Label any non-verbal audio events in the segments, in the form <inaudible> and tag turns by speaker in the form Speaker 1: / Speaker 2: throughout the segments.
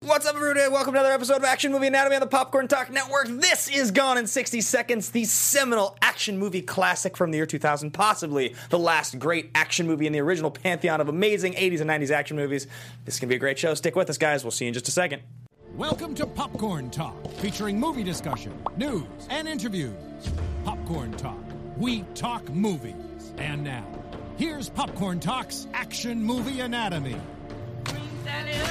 Speaker 1: What's up, everybody? Welcome to another episode of Action Movie Anatomy on the Popcorn Talk Network. This is Gone in 60 Seconds, the seminal action movie classic from the year 2000, possibly the last great action movie in the original pantheon of amazing 80s and 90s action movies. This is going to be a great show. Stick with us, guys. We'll see you in just a second.
Speaker 2: Welcome to Popcorn Talk, featuring movie discussion, news, and interviews. Popcorn Talk, we talk movies. And now, here's Popcorn Talk's Action Movie Anatomy.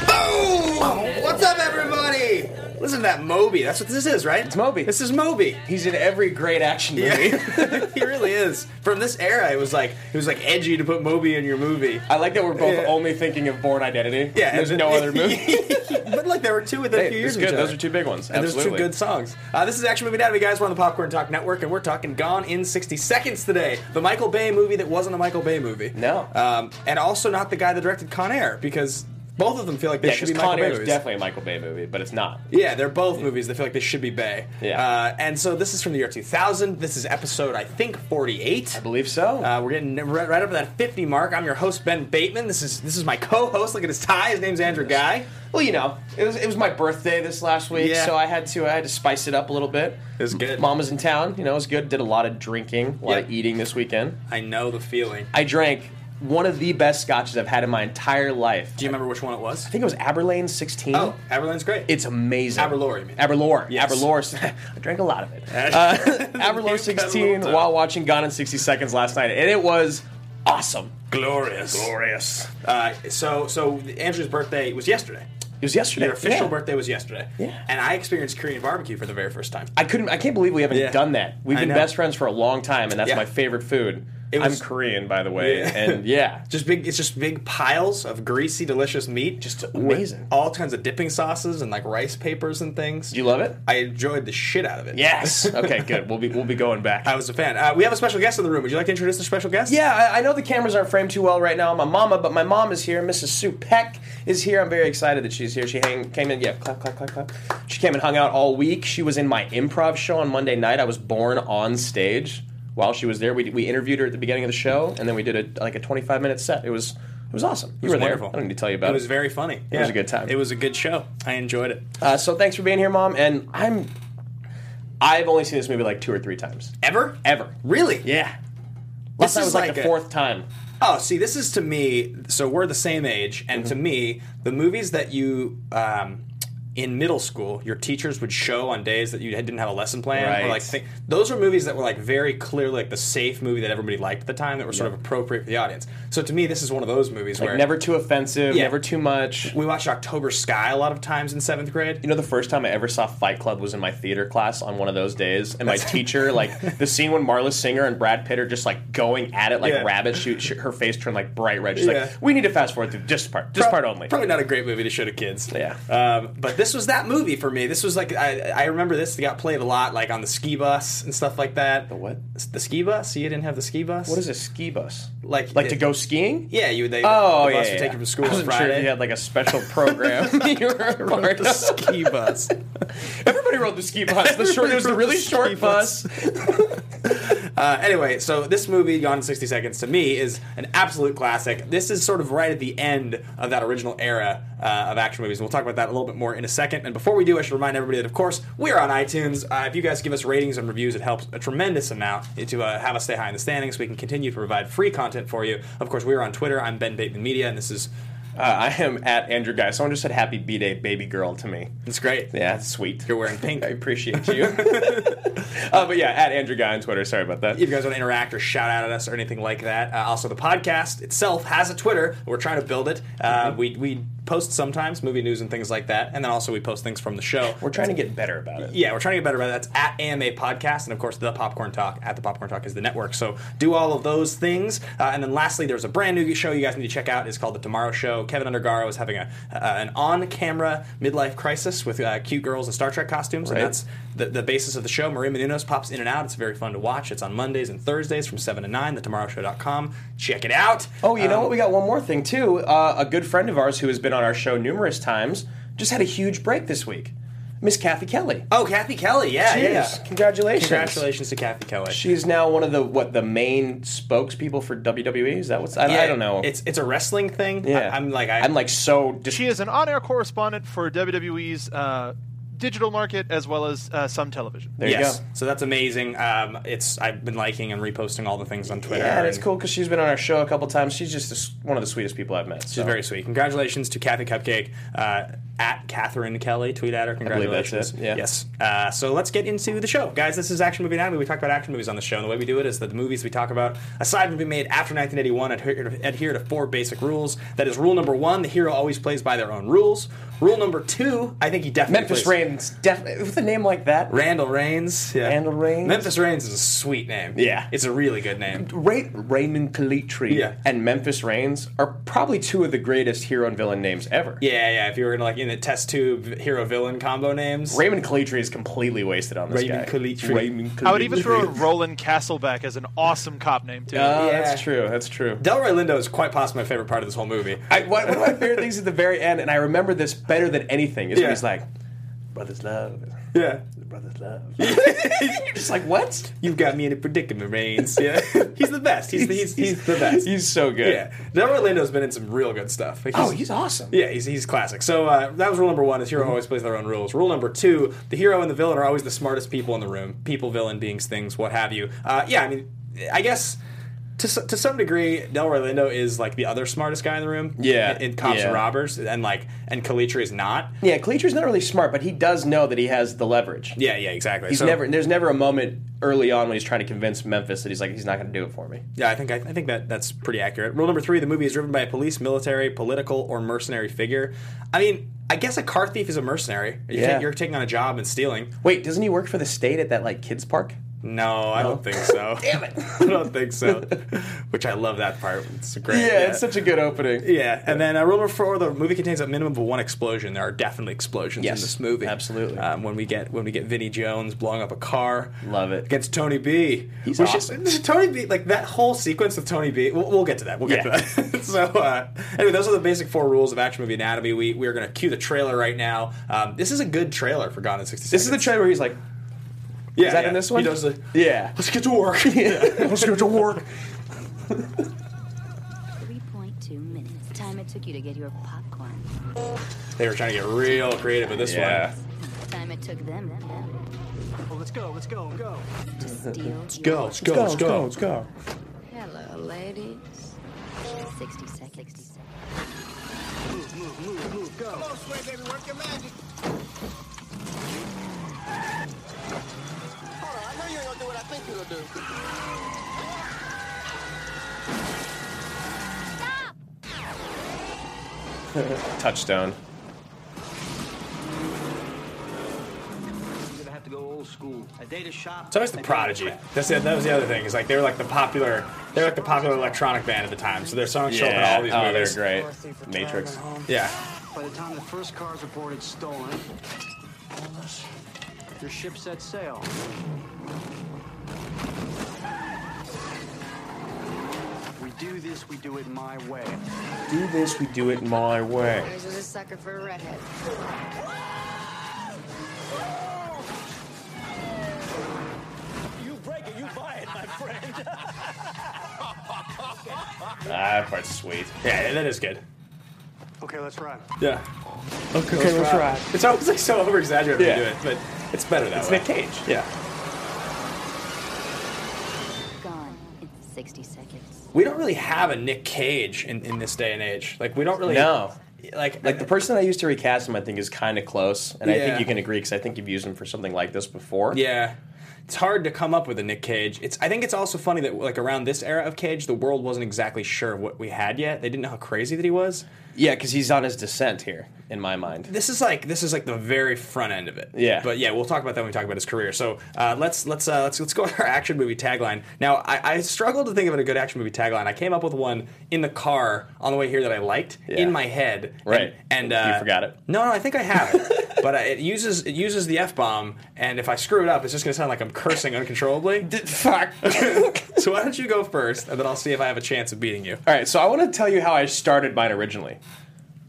Speaker 1: Boom! What's up, everybody? Listen to that Moby. That's what this is, right? It's
Speaker 3: Moby.
Speaker 1: This is Moby.
Speaker 3: He's in every great action movie.
Speaker 1: Yeah. <laughs> he really is. From this era, it was like it was like edgy to put Moby in your movie.
Speaker 3: I like that we're both
Speaker 1: Yeah.
Speaker 3: only thinking of Born Identity.
Speaker 1: Yeah,
Speaker 3: there's
Speaker 1: and-
Speaker 3: no
Speaker 1: <laughs>
Speaker 3: other movie. hey,
Speaker 1: but like there were two within a few years
Speaker 3: it's
Speaker 1: of
Speaker 3: good.
Speaker 1: each other.
Speaker 3: Those are two big ones.
Speaker 1: And there's
Speaker 3: Absolutely.
Speaker 1: two good songs. Uh, this is Action Movie Anatomy, guys. We're on the Popcorn Talk Network, and we're talking Gone in 60 Seconds today. The Michael Bay movie that wasn't a Michael Bay movie.
Speaker 3: No.
Speaker 1: Um, and also not the guy that directed Con Air, because both of them feel like they
Speaker 3: Yeah,
Speaker 1: should
Speaker 3: 'cause
Speaker 1: be Michael
Speaker 3: Con
Speaker 1: Bay
Speaker 3: Air
Speaker 1: movies.
Speaker 3: is definitely a Michael Bay movie, but it's not.
Speaker 1: yeah, they're both movies that feel like they should be Bay.
Speaker 3: Yeah.
Speaker 1: Uh, and so this is from the year 2000. This is episode, I think, 48.
Speaker 3: I believe so.
Speaker 1: Uh, we're getting right, right up to that 50 mark. I'm your host, Ben Bateman. This is this is my co-host. Look at his tie. His name's Andrew Guy.
Speaker 3: well, you know, it was it was my birthday this last week,
Speaker 1: Yeah.
Speaker 3: so I had to I had to spice it up a little bit.
Speaker 1: It was good.
Speaker 3: Mom was in town. You know, it was good. Did a lot of drinking, a lot of
Speaker 1: Yeah.
Speaker 3: eating this weekend.
Speaker 1: I know the feeling.
Speaker 3: I drank one of the best scotches I've had in my entire life.
Speaker 1: Do you remember which one it was?
Speaker 3: I think it was Aberlane 16.
Speaker 1: Oh, Aberline's great.
Speaker 3: It's amazing.
Speaker 1: Aberlour, you mean?
Speaker 3: Aberlour.
Speaker 1: Yes.
Speaker 3: Aberlour. <laughs> I drank a
Speaker 1: <laughs>
Speaker 3: lot of it. Uh, Aberlour
Speaker 1: You've got a little
Speaker 3: 16
Speaker 1: time.
Speaker 3: while watching Gone in 60 Seconds last night, and it was awesome.
Speaker 1: Glorious.
Speaker 3: Glorious.
Speaker 1: Uh, so, so Andrew's birthday was yesterday.
Speaker 3: It was yesterday.
Speaker 1: Your official
Speaker 3: Yeah.
Speaker 1: birthday was yesterday.
Speaker 3: Yeah.
Speaker 1: And I experienced Korean barbecue for the very first time.
Speaker 3: I couldn't. I can't believe we haven't
Speaker 1: Yeah.
Speaker 3: done that. We've
Speaker 1: I
Speaker 3: been
Speaker 1: know.
Speaker 3: best friends for a long time, and that's
Speaker 1: Yeah.
Speaker 3: my favorite food.
Speaker 1: It was-
Speaker 3: I'm Korean, by the way,
Speaker 1: Yeah.
Speaker 3: and yeah,
Speaker 1: <laughs> Just big, it's just big piles of greasy, delicious meat. Just
Speaker 3: amazing.
Speaker 1: all kinds of dipping sauces and like rice papers and things.
Speaker 3: do you love it?
Speaker 1: I enjoyed the shit out of it.
Speaker 3: Yes. <laughs> Okay. Good. We'll be we'll be going back.
Speaker 1: I was a fan. Uh, we have a special guest in the room. Would you like to introduce the special guest?
Speaker 3: Yeah, I, I know the cameras aren't framed too well right now on my mama, but my mom is here. Mrs. Sue Peck is here. I'm very excited that she's here. She hang, came in, yeah, clap, clap, clap, clap. She came and hung out all week. She was in my improv show on Monday night. I was born on stage while she was there. We, we interviewed her at the beginning of the show, and then we did a like a 25 minute set. It was it was awesome. You
Speaker 1: It was
Speaker 3: were
Speaker 1: wonderful.
Speaker 3: there. I don't need to tell you about it.
Speaker 1: It was very funny. It
Speaker 3: was a good time.
Speaker 1: It was a good show. I enjoyed it.
Speaker 3: uh, so thanks for being here, mom. And I'm I've only seen this movie like two or three times
Speaker 1: Ever?
Speaker 3: ever.
Speaker 1: Really?
Speaker 3: Yeah.
Speaker 1: This
Speaker 3: Last night
Speaker 1: is
Speaker 3: was like,
Speaker 1: like
Speaker 3: the
Speaker 1: a-
Speaker 3: fourth time.
Speaker 1: Oh, see, this is to me. So we're the same age, and
Speaker 3: Mm-hmm.
Speaker 1: to me, the movies that you um, in middle school, your teachers would show on days that you didn't have a lesson plan, or
Speaker 3: Right.
Speaker 1: like thi- those were movies that were like very clearly like the safe movie that everybody liked at the time, that were sort of appropriate for the audience. So to me, this is one of those movies where
Speaker 3: Never too offensive.
Speaker 1: Yeah.
Speaker 3: Never too much.
Speaker 1: we watched October Sky a lot of times in seventh grade.
Speaker 3: You know, the first time I ever saw Fight Club was in my theater class on one of those days, and
Speaker 1: <laughs>
Speaker 3: my teacher, like the scene when Marla Singer and Brad Pitt are just like going at it like
Speaker 1: Yeah.
Speaker 3: rabbits. She, she, her face turned like bright red. She's
Speaker 1: Yeah.
Speaker 3: like, "We need to fast forward through just part, just part only."
Speaker 1: Probably not a great movie to show to kids.
Speaker 3: Yeah.
Speaker 1: Um, but this was that movie for me. This was like I, I remember this got played a lot, like on the ski bus and stuff like that. The
Speaker 3: what?
Speaker 1: The ski bus? You didn't have the ski bus?
Speaker 3: What is a ski bus?
Speaker 1: Like-
Speaker 3: like to
Speaker 1: it-
Speaker 3: go skiing?
Speaker 1: Yeah, you they,
Speaker 3: Oh
Speaker 1: the
Speaker 3: yeah,
Speaker 1: bus
Speaker 3: yeah,
Speaker 1: would
Speaker 3: yeah.
Speaker 1: take you from school
Speaker 3: <laughs> I
Speaker 1: on
Speaker 3: wasn't Sure if
Speaker 1: Friday.
Speaker 3: you had like a special <laughs> program. you were a
Speaker 1: <laughs>
Speaker 3: part
Speaker 1: the
Speaker 3: of.
Speaker 1: ski bus.
Speaker 3: Everybody rode the ski bus. The
Speaker 1: Everybody
Speaker 3: short, it was the
Speaker 1: rode <laughs>
Speaker 3: really
Speaker 1: the ski
Speaker 3: short
Speaker 1: bus.
Speaker 3: bus.
Speaker 1: Uh, anyway, so this movie, Gone in 60 Seconds, to me is an absolute classic. This is sort of right at the end of that original era uh, of action movies. We'll talk about that a little bit more in a second. And before we do, I should remind everybody that, of course, we're on iTunes. Uh, if you guys give us ratings and reviews, it helps a tremendous amount to uh, have us stay high in the standings so we can continue to provide free content for you. Of course, we're on Twitter. I'm Ben Bateman Media, and this is.
Speaker 3: Uh, I am at Andrew Guy. Someone just said "Happy B Day, baby girl" to me.
Speaker 1: It's great.
Speaker 3: Yeah, that's sweet.
Speaker 1: You're wearing pink.
Speaker 3: I appreciate you. <laughs> uh, but yeah, at Andrew Guy on Twitter. Sorry about that.
Speaker 1: if you guys want to interact or shout out at us or anything like that. Uh, also, the podcast itself has a Twitter. We're trying to build it. Uh, We we post sometimes movie news and things like that, and then also we post things from the show.
Speaker 3: We're trying to get better about it.
Speaker 1: Yeah, we're trying to get better about that. That's at AMA Podcast, and of course, the Popcorn Talk at the Popcorn Talk is the network. So do all of those things, uh, and then lastly, there's a brand new show you guys need to check out. It's called The Tomorrow Show. Kevin Undergaro is having a uh, an on-camera midlife crisis with uh, cute girls in Star Trek costumes,
Speaker 3: Right.
Speaker 1: and that's the, the basis of the show. Maria Menounos pops in and out. It's very fun to watch. It's on Mondays and Thursdays from seven to nine. TheTomorrowShow.com. Check it out.
Speaker 3: Oh, you know
Speaker 1: Um,
Speaker 3: what? We got one more thing too. Uh, a good friend of ours who has been on our show numerous times just had a huge break this week. Miss Kathy Kelly.
Speaker 1: Oh, Kathy Kelly. Yeah, yeah,
Speaker 3: Cheers.
Speaker 1: yeah.
Speaker 3: Congratulations.
Speaker 1: Congratulations to Kathy Kelly.
Speaker 3: She's now one of the what the main spokespeople for WWE. Is that what's? I, I don't know.
Speaker 1: It's it's a wrestling thing.
Speaker 3: yeah.
Speaker 1: I, am like I,
Speaker 3: I'm like so. Dis-
Speaker 4: She is an on-air correspondent for WWE's uh, digital market as well as uh, some television.
Speaker 3: there
Speaker 1: yes.
Speaker 3: you go.
Speaker 1: So that's amazing. Um, it's I've been liking and reposting all the things on Twitter.
Speaker 3: Yeah, and it's
Speaker 1: and
Speaker 3: cool because she's been on our show a couple times. She's just the s- one of the sweetest people I've met.
Speaker 1: She's very sweet. Congratulations to Kathy Cupcake uh, at Catherine Kelly. Tweet at her.
Speaker 3: believe that's
Speaker 1: Congratulations.
Speaker 3: it, yeah.
Speaker 1: Yes. Uh, so let's get into the show, guys. This is Action Movie Anatomy. We talk about action movies on the show, and the way we do it is that the movies we talk about, aside from being made after 1981, adhere to, adhere to four basic rules. That is rule number one: the hero always plays by their own rules. Rule number two: I think he definitely
Speaker 3: Memphis
Speaker 1: plays-
Speaker 3: Reigns, definitely with a name like that.
Speaker 1: Randall Reigns. Yeah.
Speaker 3: Randall Reigns.
Speaker 1: Memphis Reigns is a sweet name.
Speaker 3: Yeah.
Speaker 1: It's a really good name.
Speaker 3: Ray- Raymond Kalitri
Speaker 1: Yeah.
Speaker 3: and Memphis Reigns are probably two of the greatest hero and villain names ever.
Speaker 1: Yeah, yeah. If you were gonna like in the test tube hero villain combo names.
Speaker 3: Raymond Kalitri is completely wasted on this
Speaker 1: Raymond
Speaker 3: guy.
Speaker 1: Kalitri.
Speaker 3: Raymond Kalitri.
Speaker 4: I would even throw in Roland Castleback as an awesome cop name too.
Speaker 3: Oh,
Speaker 1: Yeah.
Speaker 3: that's true. That's true.
Speaker 1: Delroy Lindo is quite possibly my favorite part of this whole
Speaker 3: <laughs>
Speaker 1: movie.
Speaker 3: I, one, one of my favorite things at the very end, and I remember this better than anything, is
Speaker 1: Yeah.
Speaker 3: when he's like, "Brothers love,
Speaker 1: yeah.
Speaker 3: brothers love."
Speaker 1: <laughs>
Speaker 3: You're just like, what?
Speaker 1: You've got me in a predicament,
Speaker 3: <laughs>
Speaker 1: Reigns. Yeah. <laughs> he's the best. He's, the he's, he's the best.
Speaker 3: He's so good.
Speaker 1: yeah. Delroy Lindo's been in some real good stuff. Like,
Speaker 3: Oh, he's awesome.
Speaker 1: Yeah, he's, he's classic. So uh, that was rule number one: is hero always plays their own rules. Rule number two: the hero and the villain are always the smartest people in the room. People, villain, beings, things, what have you. Uh, yeah, I mean, I guess to s- to some degree, Delroy Lindo is like the other smartest guy in the room.
Speaker 3: Yeah,
Speaker 1: in, in cops
Speaker 3: yeah.
Speaker 1: and robbers, and like and Kalitri is not.
Speaker 3: Yeah, Kalitri's not really smart, but he does know that he has the leverage.
Speaker 1: Yeah, yeah, exactly.
Speaker 3: He's
Speaker 1: So-
Speaker 3: never. There's never a moment early on when he's trying to convince Memphis that he's like he's not going to do it for me.
Speaker 1: Yeah, I think I, I think that that's pretty accurate. Rule number three: the movie is driven by a police, military, political, or mercenary figure. I mean, I guess a car thief is a mercenary. You're,
Speaker 3: Yeah.
Speaker 1: ta- you're taking on a job and stealing.
Speaker 3: Wait, doesn't he work for the state at that like kids park?
Speaker 1: No, I don't think
Speaker 3: <laughs>
Speaker 1: so. Damn it, I don't think so. Which I love that part. It's great.
Speaker 3: such a good opening.
Speaker 1: yeah, and then uh, rule number four: the movie contains a minimum of one explosion. There are definitely explosions
Speaker 3: Yes,
Speaker 1: in this movie.
Speaker 3: absolutely.
Speaker 1: Um, when we get when we get Vinnie Jones blowing up a car,
Speaker 3: Love it.
Speaker 1: against Tony B.
Speaker 3: He's
Speaker 1: We should-
Speaker 3: awesome.
Speaker 1: Tony B. Like that whole sequence with Tony B. We'll, we'll get to that. We'll get
Speaker 3: Yeah.
Speaker 1: to that. <laughs> so uh, anyway, those are the basic four rules of action movie anatomy. We we are going to cue the trailer right now. Um, this is a good trailer for Gone in sixty
Speaker 3: This
Speaker 1: seconds.
Speaker 3: is the trailer where he's like,
Speaker 1: yeah,
Speaker 3: is that
Speaker 1: yeah.
Speaker 3: in this one?
Speaker 1: He does the
Speaker 3: yeah.
Speaker 1: let's get to work. <laughs>
Speaker 3: Let's go to work.
Speaker 5: 3.2 minutes. Time it took you to get your popcorn.
Speaker 1: They were trying to get real creative with this
Speaker 3: Yeah.
Speaker 1: one.
Speaker 5: Time it took them
Speaker 6: Well, let's go, let's go, go.
Speaker 5: to steal
Speaker 1: Let's go. Let's go. Let's go. Let's go.
Speaker 5: Hello, ladies. 60 seconds. 60 seconds.
Speaker 7: I know you ain't gonna do what I think you're gonna do.
Speaker 3: Touchstone.
Speaker 6: You're gonna have to go old school. A data shop.
Speaker 1: It's always the Prodigy. That's it. That was the other thing. Is like they were like the popular, they were like the popular electronic band at the time. So their songs show up in all these
Speaker 3: oh,
Speaker 1: movies.
Speaker 3: they're great. Matrix.
Speaker 1: Yeah.
Speaker 6: By the time the first car's reported stolen, your ship set sail. We do this, we do it my way.
Speaker 3: Do this, we do it my way.
Speaker 5: This is a sucker for a redhead.
Speaker 3: <laughs> Ah, that part's sweet.
Speaker 1: Yeah, that is good.
Speaker 6: Okay, let's ride.
Speaker 1: Yeah.
Speaker 3: Okay,
Speaker 1: It's always like so over exaggerated
Speaker 3: Yeah.
Speaker 1: to do it, but it's better that
Speaker 3: It's
Speaker 1: way.
Speaker 3: Nick Cage.
Speaker 1: Yeah.
Speaker 5: Gone in 60 seconds.
Speaker 1: We don't really have a Nick Cage in, in this day and age. Like we don't really
Speaker 3: No.
Speaker 1: Like
Speaker 3: Like the person I used to recast him, I think is kind of close, and I
Speaker 1: Yeah.
Speaker 3: think you can agree because I think you've used him for something like this before.
Speaker 1: Yeah. It's hard to come up with a Nick Cage. It's I think it's also funny that like around this era of Cage, the world wasn't exactly sure what we had yet. They didn't know how crazy that he was.
Speaker 3: yeah, because he's on his descent here, in my mind.
Speaker 1: This is like this is like the very front end of it.
Speaker 3: Yeah.
Speaker 1: But yeah, we'll talk about that when we talk about his career. So uh, let's let's uh, let's let's go <laughs> to our action movie tagline. Now I, I struggled to think of a good action movie tagline. I came up with one in the car on the way here that I liked
Speaker 3: Yeah.
Speaker 1: in my head. and-
Speaker 3: Right.
Speaker 1: And,
Speaker 3: You
Speaker 1: uh,
Speaker 3: forgot it.
Speaker 1: No, no, I think I have it.
Speaker 3: <laughs>
Speaker 1: but uh, it uses it uses the f bomb, and if I screw it up, it's just gonna sound like I'm cursing uncontrollably.
Speaker 3: <laughs> Fuck. <laughs>
Speaker 1: so why don't you go first, and then I'll see if I have a chance of beating you.
Speaker 3: All right, so I want to tell you how I started mine originally.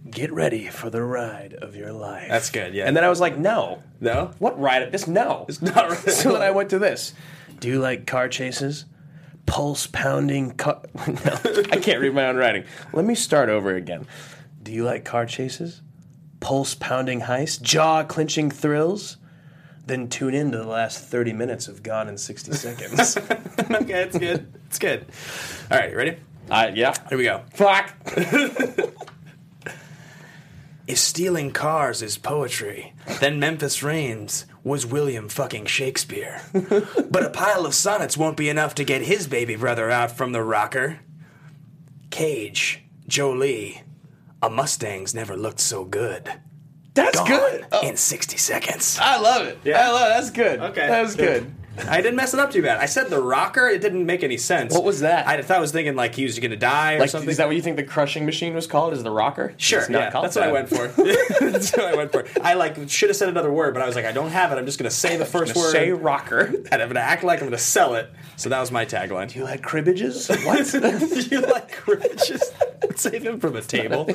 Speaker 3: get ready for the ride of your life.
Speaker 1: That's good, yeah.
Speaker 3: And then I was like, no.
Speaker 1: No? <laughs>
Speaker 3: What ride of this? No.
Speaker 1: It's not right.
Speaker 3: <laughs> so then I went to this. Do you like car chases? Pulse pounding car. <laughs> no, I can't read my own writing. Let me start over again. Do you like car chases? Pulse pounding heists? Jaw clenching thrills? Then tune in to the last 30 minutes of Gone in 60 <laughs> Seconds.
Speaker 1: <laughs> okay, it's good. It's good. All right, you ready?
Speaker 3: uh, yeah.
Speaker 1: Here we go.
Speaker 3: Fuck.
Speaker 1: If stealing cars is poetry, then Memphis Reigns was William fucking <laughs> Shakespeare. but a pile of sonnets won't be enough to get his baby brother out from the rocker. Cage, Jolie, a Mustang's never looked so good.
Speaker 3: That's
Speaker 1: Gone
Speaker 3: good. Oh,
Speaker 1: in 60 seconds.
Speaker 3: I love it.
Speaker 1: Yeah.
Speaker 3: I love it. That's good.
Speaker 1: Okay.
Speaker 3: That was
Speaker 1: Good.
Speaker 3: good.
Speaker 1: I didn't mess it up too bad. I said the rocker, it didn't make any sense.
Speaker 3: What was that?
Speaker 1: I thought I was thinking like he was gonna die or
Speaker 3: Like,
Speaker 1: something.
Speaker 3: is that what you think the crushing machine was called? Is the rocker?
Speaker 1: Sure,
Speaker 3: It's not
Speaker 1: yeah,
Speaker 3: called
Speaker 1: that's what I
Speaker 3: that.
Speaker 1: went for. <laughs> that's what I went for. I like should have said another word, but I was like, I don't have it. I'm just gonna say the
Speaker 3: <laughs>
Speaker 1: first
Speaker 3: Gonna
Speaker 1: word,
Speaker 3: Say rocker.
Speaker 1: and I'm gonna act like I'm gonna sell it. So that was my tagline.
Speaker 3: <laughs> You like cribbages? <laughs> What?
Speaker 1: <laughs> you like <laughs> just save him from a table?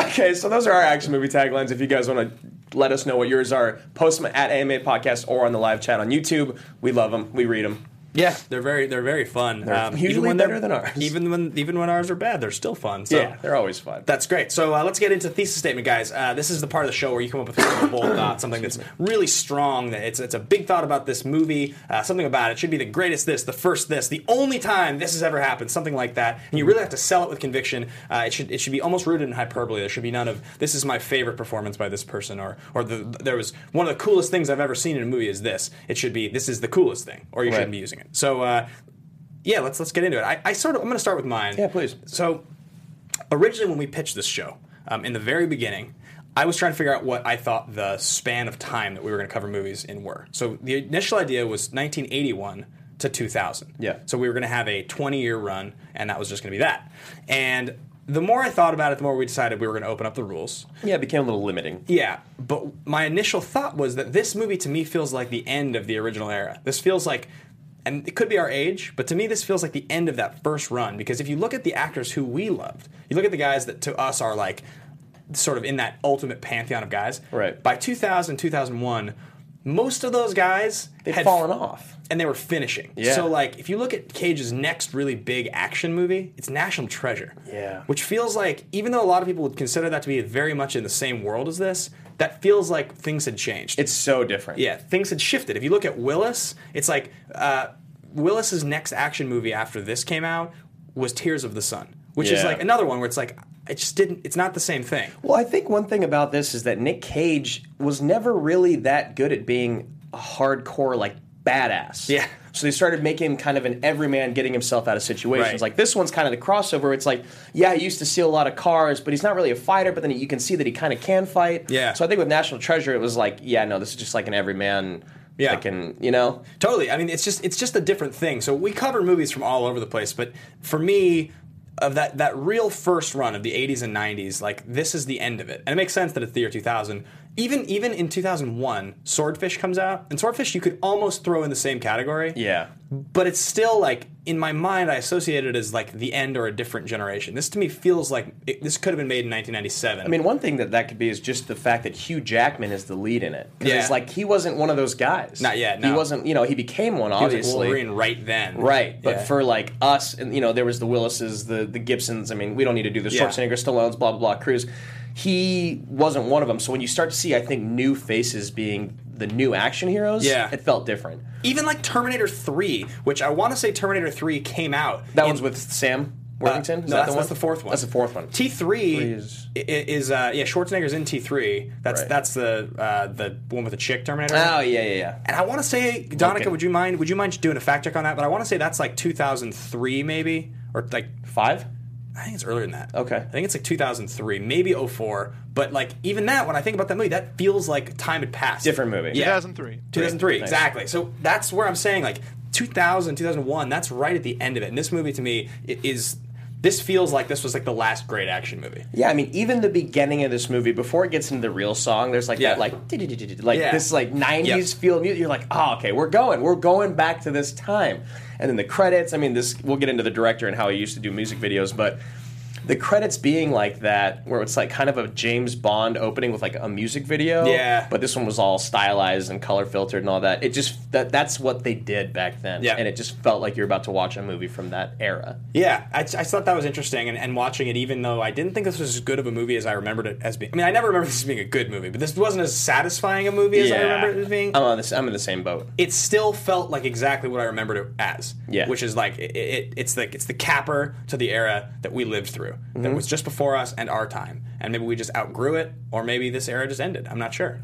Speaker 3: okay, so those are our action movie taglines. If you guys want to let us know what yours are, post them at AMA Podcast or on the live chat on YouTube. We love them. We read them.
Speaker 1: Yeah, they're very they're very fun. Um,
Speaker 3: usually
Speaker 1: they're-
Speaker 3: better than ours.
Speaker 1: Even when even when ours are bad, they're still fun. So.
Speaker 3: yeah, they're always fun.
Speaker 1: That's great. So uh, let's get into thesis statement, guys. Uh, this is the part of the show where you come up with a
Speaker 3: <coughs>
Speaker 1: bold thought, something that's really strong. That it's it's a big thought about this movie, uh, something about it should be the greatest this, the first this, the only time this has ever happened, something like that. And you really have to sell it with conviction. Uh, it should it should be almost rooted in hyperbole. There should be none of this is my favorite performance by this person, or or the, there was one of the coolest things I've ever seen in a movie is this. It should be this is the coolest thing, or you
Speaker 3: Right.
Speaker 1: shouldn't be using it. So. Uh, yeah, let's let's get into it. I, I sort of I'm going to start with mine.
Speaker 3: Yeah, please.
Speaker 1: So originally when we pitched this show um, in the very beginning i was trying to figure out what i thought the span of time that we were going to cover movies in were so the initial idea was 1981 to 2000
Speaker 3: Yeah.
Speaker 1: so we were going to have a 20 year run and that was just going to be that and the more i thought about it the more we decided we were going to open up the rules
Speaker 3: yeah, it became a little limiting.
Speaker 1: yeah, but my initial thought was that this movie to me feels like the end of the original era. This feels like, and it could be our age, but to me this feels like the end of that first run because if you look at the actors who we loved, you look at the guys that to us are like sort of in that ultimate pantheon of guys.
Speaker 3: Right.
Speaker 1: By 2000, 2001, most of those guys
Speaker 3: They've
Speaker 1: had
Speaker 3: fallen off.
Speaker 1: and they were finishing.
Speaker 3: Yeah.
Speaker 1: So like if you look at Cage's next really big action movie, it's National Treasure.
Speaker 3: Yeah.
Speaker 1: Which feels like even though a lot of people would consider that to be very much in the same world as this, that feels like things had changed.
Speaker 3: It's so different.
Speaker 1: yeah, things had shifted. If you look at Willis, it's like uh, Willis's next action movie after this came out was Tears of the Sun, which is
Speaker 3: Yeah.
Speaker 1: like another one where it's like it just didn't it's not the same thing.
Speaker 3: Well, I think one thing about this is that Nick Cage was never really that good at being a hardcore like badass.
Speaker 1: Yeah.
Speaker 3: So they started making him kind of an everyman getting himself out of situations.
Speaker 1: Right.
Speaker 3: Like this one's kind of the crossover. where It's like, yeah, he used to steal a lot of cars, but he's not really a fighter, but then you can see that he kind of can fight.
Speaker 1: Yeah.
Speaker 3: So I think with National Treasure it was like, yeah, no, this is just like an everyman
Speaker 1: Yeah.
Speaker 3: that can, you know.
Speaker 1: Totally. I mean, it's just it's just a different thing. So we cover movies from all over the place, but for me, of that that real first run of the '80s and '90s, like this is the end of it, and it makes sense that it's the year 2000. Even even in 2001, Swordfish comes out, and Swordfish you could almost throw in the same category.
Speaker 3: Yeah.
Speaker 1: But it's still like in my mind, I associate it as like the end or a different generation. This to me feels like it, this could have been made in 1997.
Speaker 3: I mean, one thing that that could be is just the fact that Hugh Jackman is the lead in it. 'Cause
Speaker 1: Yeah.
Speaker 3: It's like he wasn't one of those guys.
Speaker 1: Not yet,
Speaker 3: He
Speaker 1: no.
Speaker 3: wasn't, you know, he became one,
Speaker 1: He was like
Speaker 3: obviously.
Speaker 1: Wolverine right then.
Speaker 3: Right, but
Speaker 1: Yeah.
Speaker 3: for like us, and you know, there was the Willises, the the Gibsons. I mean, we don't need to do the
Speaker 1: Yeah.
Speaker 3: Schwarzenegger, Stallones, blah blah blah. Cruz, he wasn't one of them. So when you start to see, I think, new faces being the new action heroes,
Speaker 1: Yeah.
Speaker 3: it felt different.
Speaker 1: even like Terminator 3, which I want to say Terminator 3 came out.
Speaker 3: That
Speaker 1: in-
Speaker 3: one's with Sam
Speaker 1: Uh,
Speaker 3: Worthington.
Speaker 1: no,
Speaker 3: Is that
Speaker 1: that's,
Speaker 3: the one?
Speaker 1: that's the fourth one.
Speaker 3: That's the fourth one.
Speaker 1: T three
Speaker 3: is-
Speaker 1: is, is uh, yeah. Schwarzenegger's in T three. That's
Speaker 3: Right.
Speaker 1: that's the uh, the one with the chick Terminator.
Speaker 3: Oh yeah, yeah, yeah.
Speaker 1: And I want to say, Donica,
Speaker 3: Logan.
Speaker 1: would you mind? Would you mind doing a fact check on that? But I want to say that's like 2003, maybe, or like
Speaker 3: Five.
Speaker 1: I think it's earlier than that.
Speaker 3: Okay.
Speaker 1: I think it's like 2003, maybe 04. But like even that, when I think about that movie, that feels like time had passed.
Speaker 3: Different movie.
Speaker 1: Yeah.
Speaker 4: 2003.
Speaker 1: 2003
Speaker 3: Nice.
Speaker 1: exactly so that's where i'm saying like 2000 2001 that's right at the end of it and this movie to me i- is this feels like this was like the last great action movie
Speaker 3: Yeah, I mean, even the beginning of this movie, before it gets into the real song, there's like
Speaker 1: Yeah.
Speaker 3: that, like, dee-dee-dee-dee-dee, like
Speaker 1: Yeah.
Speaker 3: this, like '90s
Speaker 1: Yep.
Speaker 3: feel music. You're like, oh, okay, we're going, we're going back to this time. And then the credits. I mean, this we'll get into the director and how he used to do music videos, but the credits being like that, where it's like kind of a James Bond opening with like a music video.
Speaker 1: Yeah.
Speaker 3: But this one was all stylized and color filtered and all that. It just that that's what they did back then.
Speaker 1: Yeah.
Speaker 3: And it just felt like you're about to watch a movie from that era.
Speaker 1: Yeah, I, I just thought that was interesting, and, and watching it, even though I didn't think this was as good of a movie as I remembered it as being. I mean, I never remember this as being a good movie, but this wasn't as satisfying a movie as I remember it as being.
Speaker 3: I'm on this. I'm in the same boat.
Speaker 1: it still felt like exactly what I remembered it as.
Speaker 3: Yeah.
Speaker 1: Which is like it, it, it's like it's the capper to the era that we lived through,
Speaker 3: Mm-hmm.
Speaker 1: that was just before us and our time, and maybe we just outgrew it, or maybe this era just ended. I'm not sure.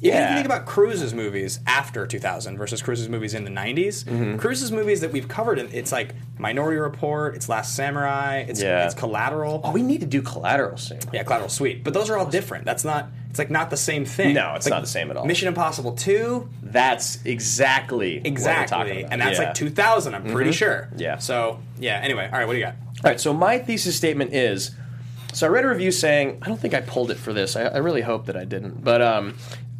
Speaker 1: Even if you
Speaker 3: Yeah.
Speaker 1: think about Cruise's movies after 2000 versus Cruise's movies in the 90s,
Speaker 3: Mm-hmm.
Speaker 1: Cruise's movies that we've covered, in, it's like Minority Report, it's Last Samurai, it's,
Speaker 3: Yeah.
Speaker 1: it's Collateral.
Speaker 3: Oh, we need to do Collateral soon.
Speaker 1: Yeah, Collateral Suite. But those are all different. That's not. It's like not the same thing.
Speaker 3: No, it's
Speaker 1: Like,
Speaker 3: not the same at all.
Speaker 1: Mission Impossible Two,
Speaker 3: That's exactly
Speaker 1: Exactly.
Speaker 3: What we're talking about.
Speaker 1: And that's
Speaker 3: Yeah.
Speaker 1: like 2000, I'm pretty sure.
Speaker 3: Yeah.
Speaker 1: So, Mm-hmm. yeah, anyway, all right, what do you got?
Speaker 3: All right, so my thesis statement is so I read a review saying, I don't think I pulled it for this. I, I really hope that I didn't. But um,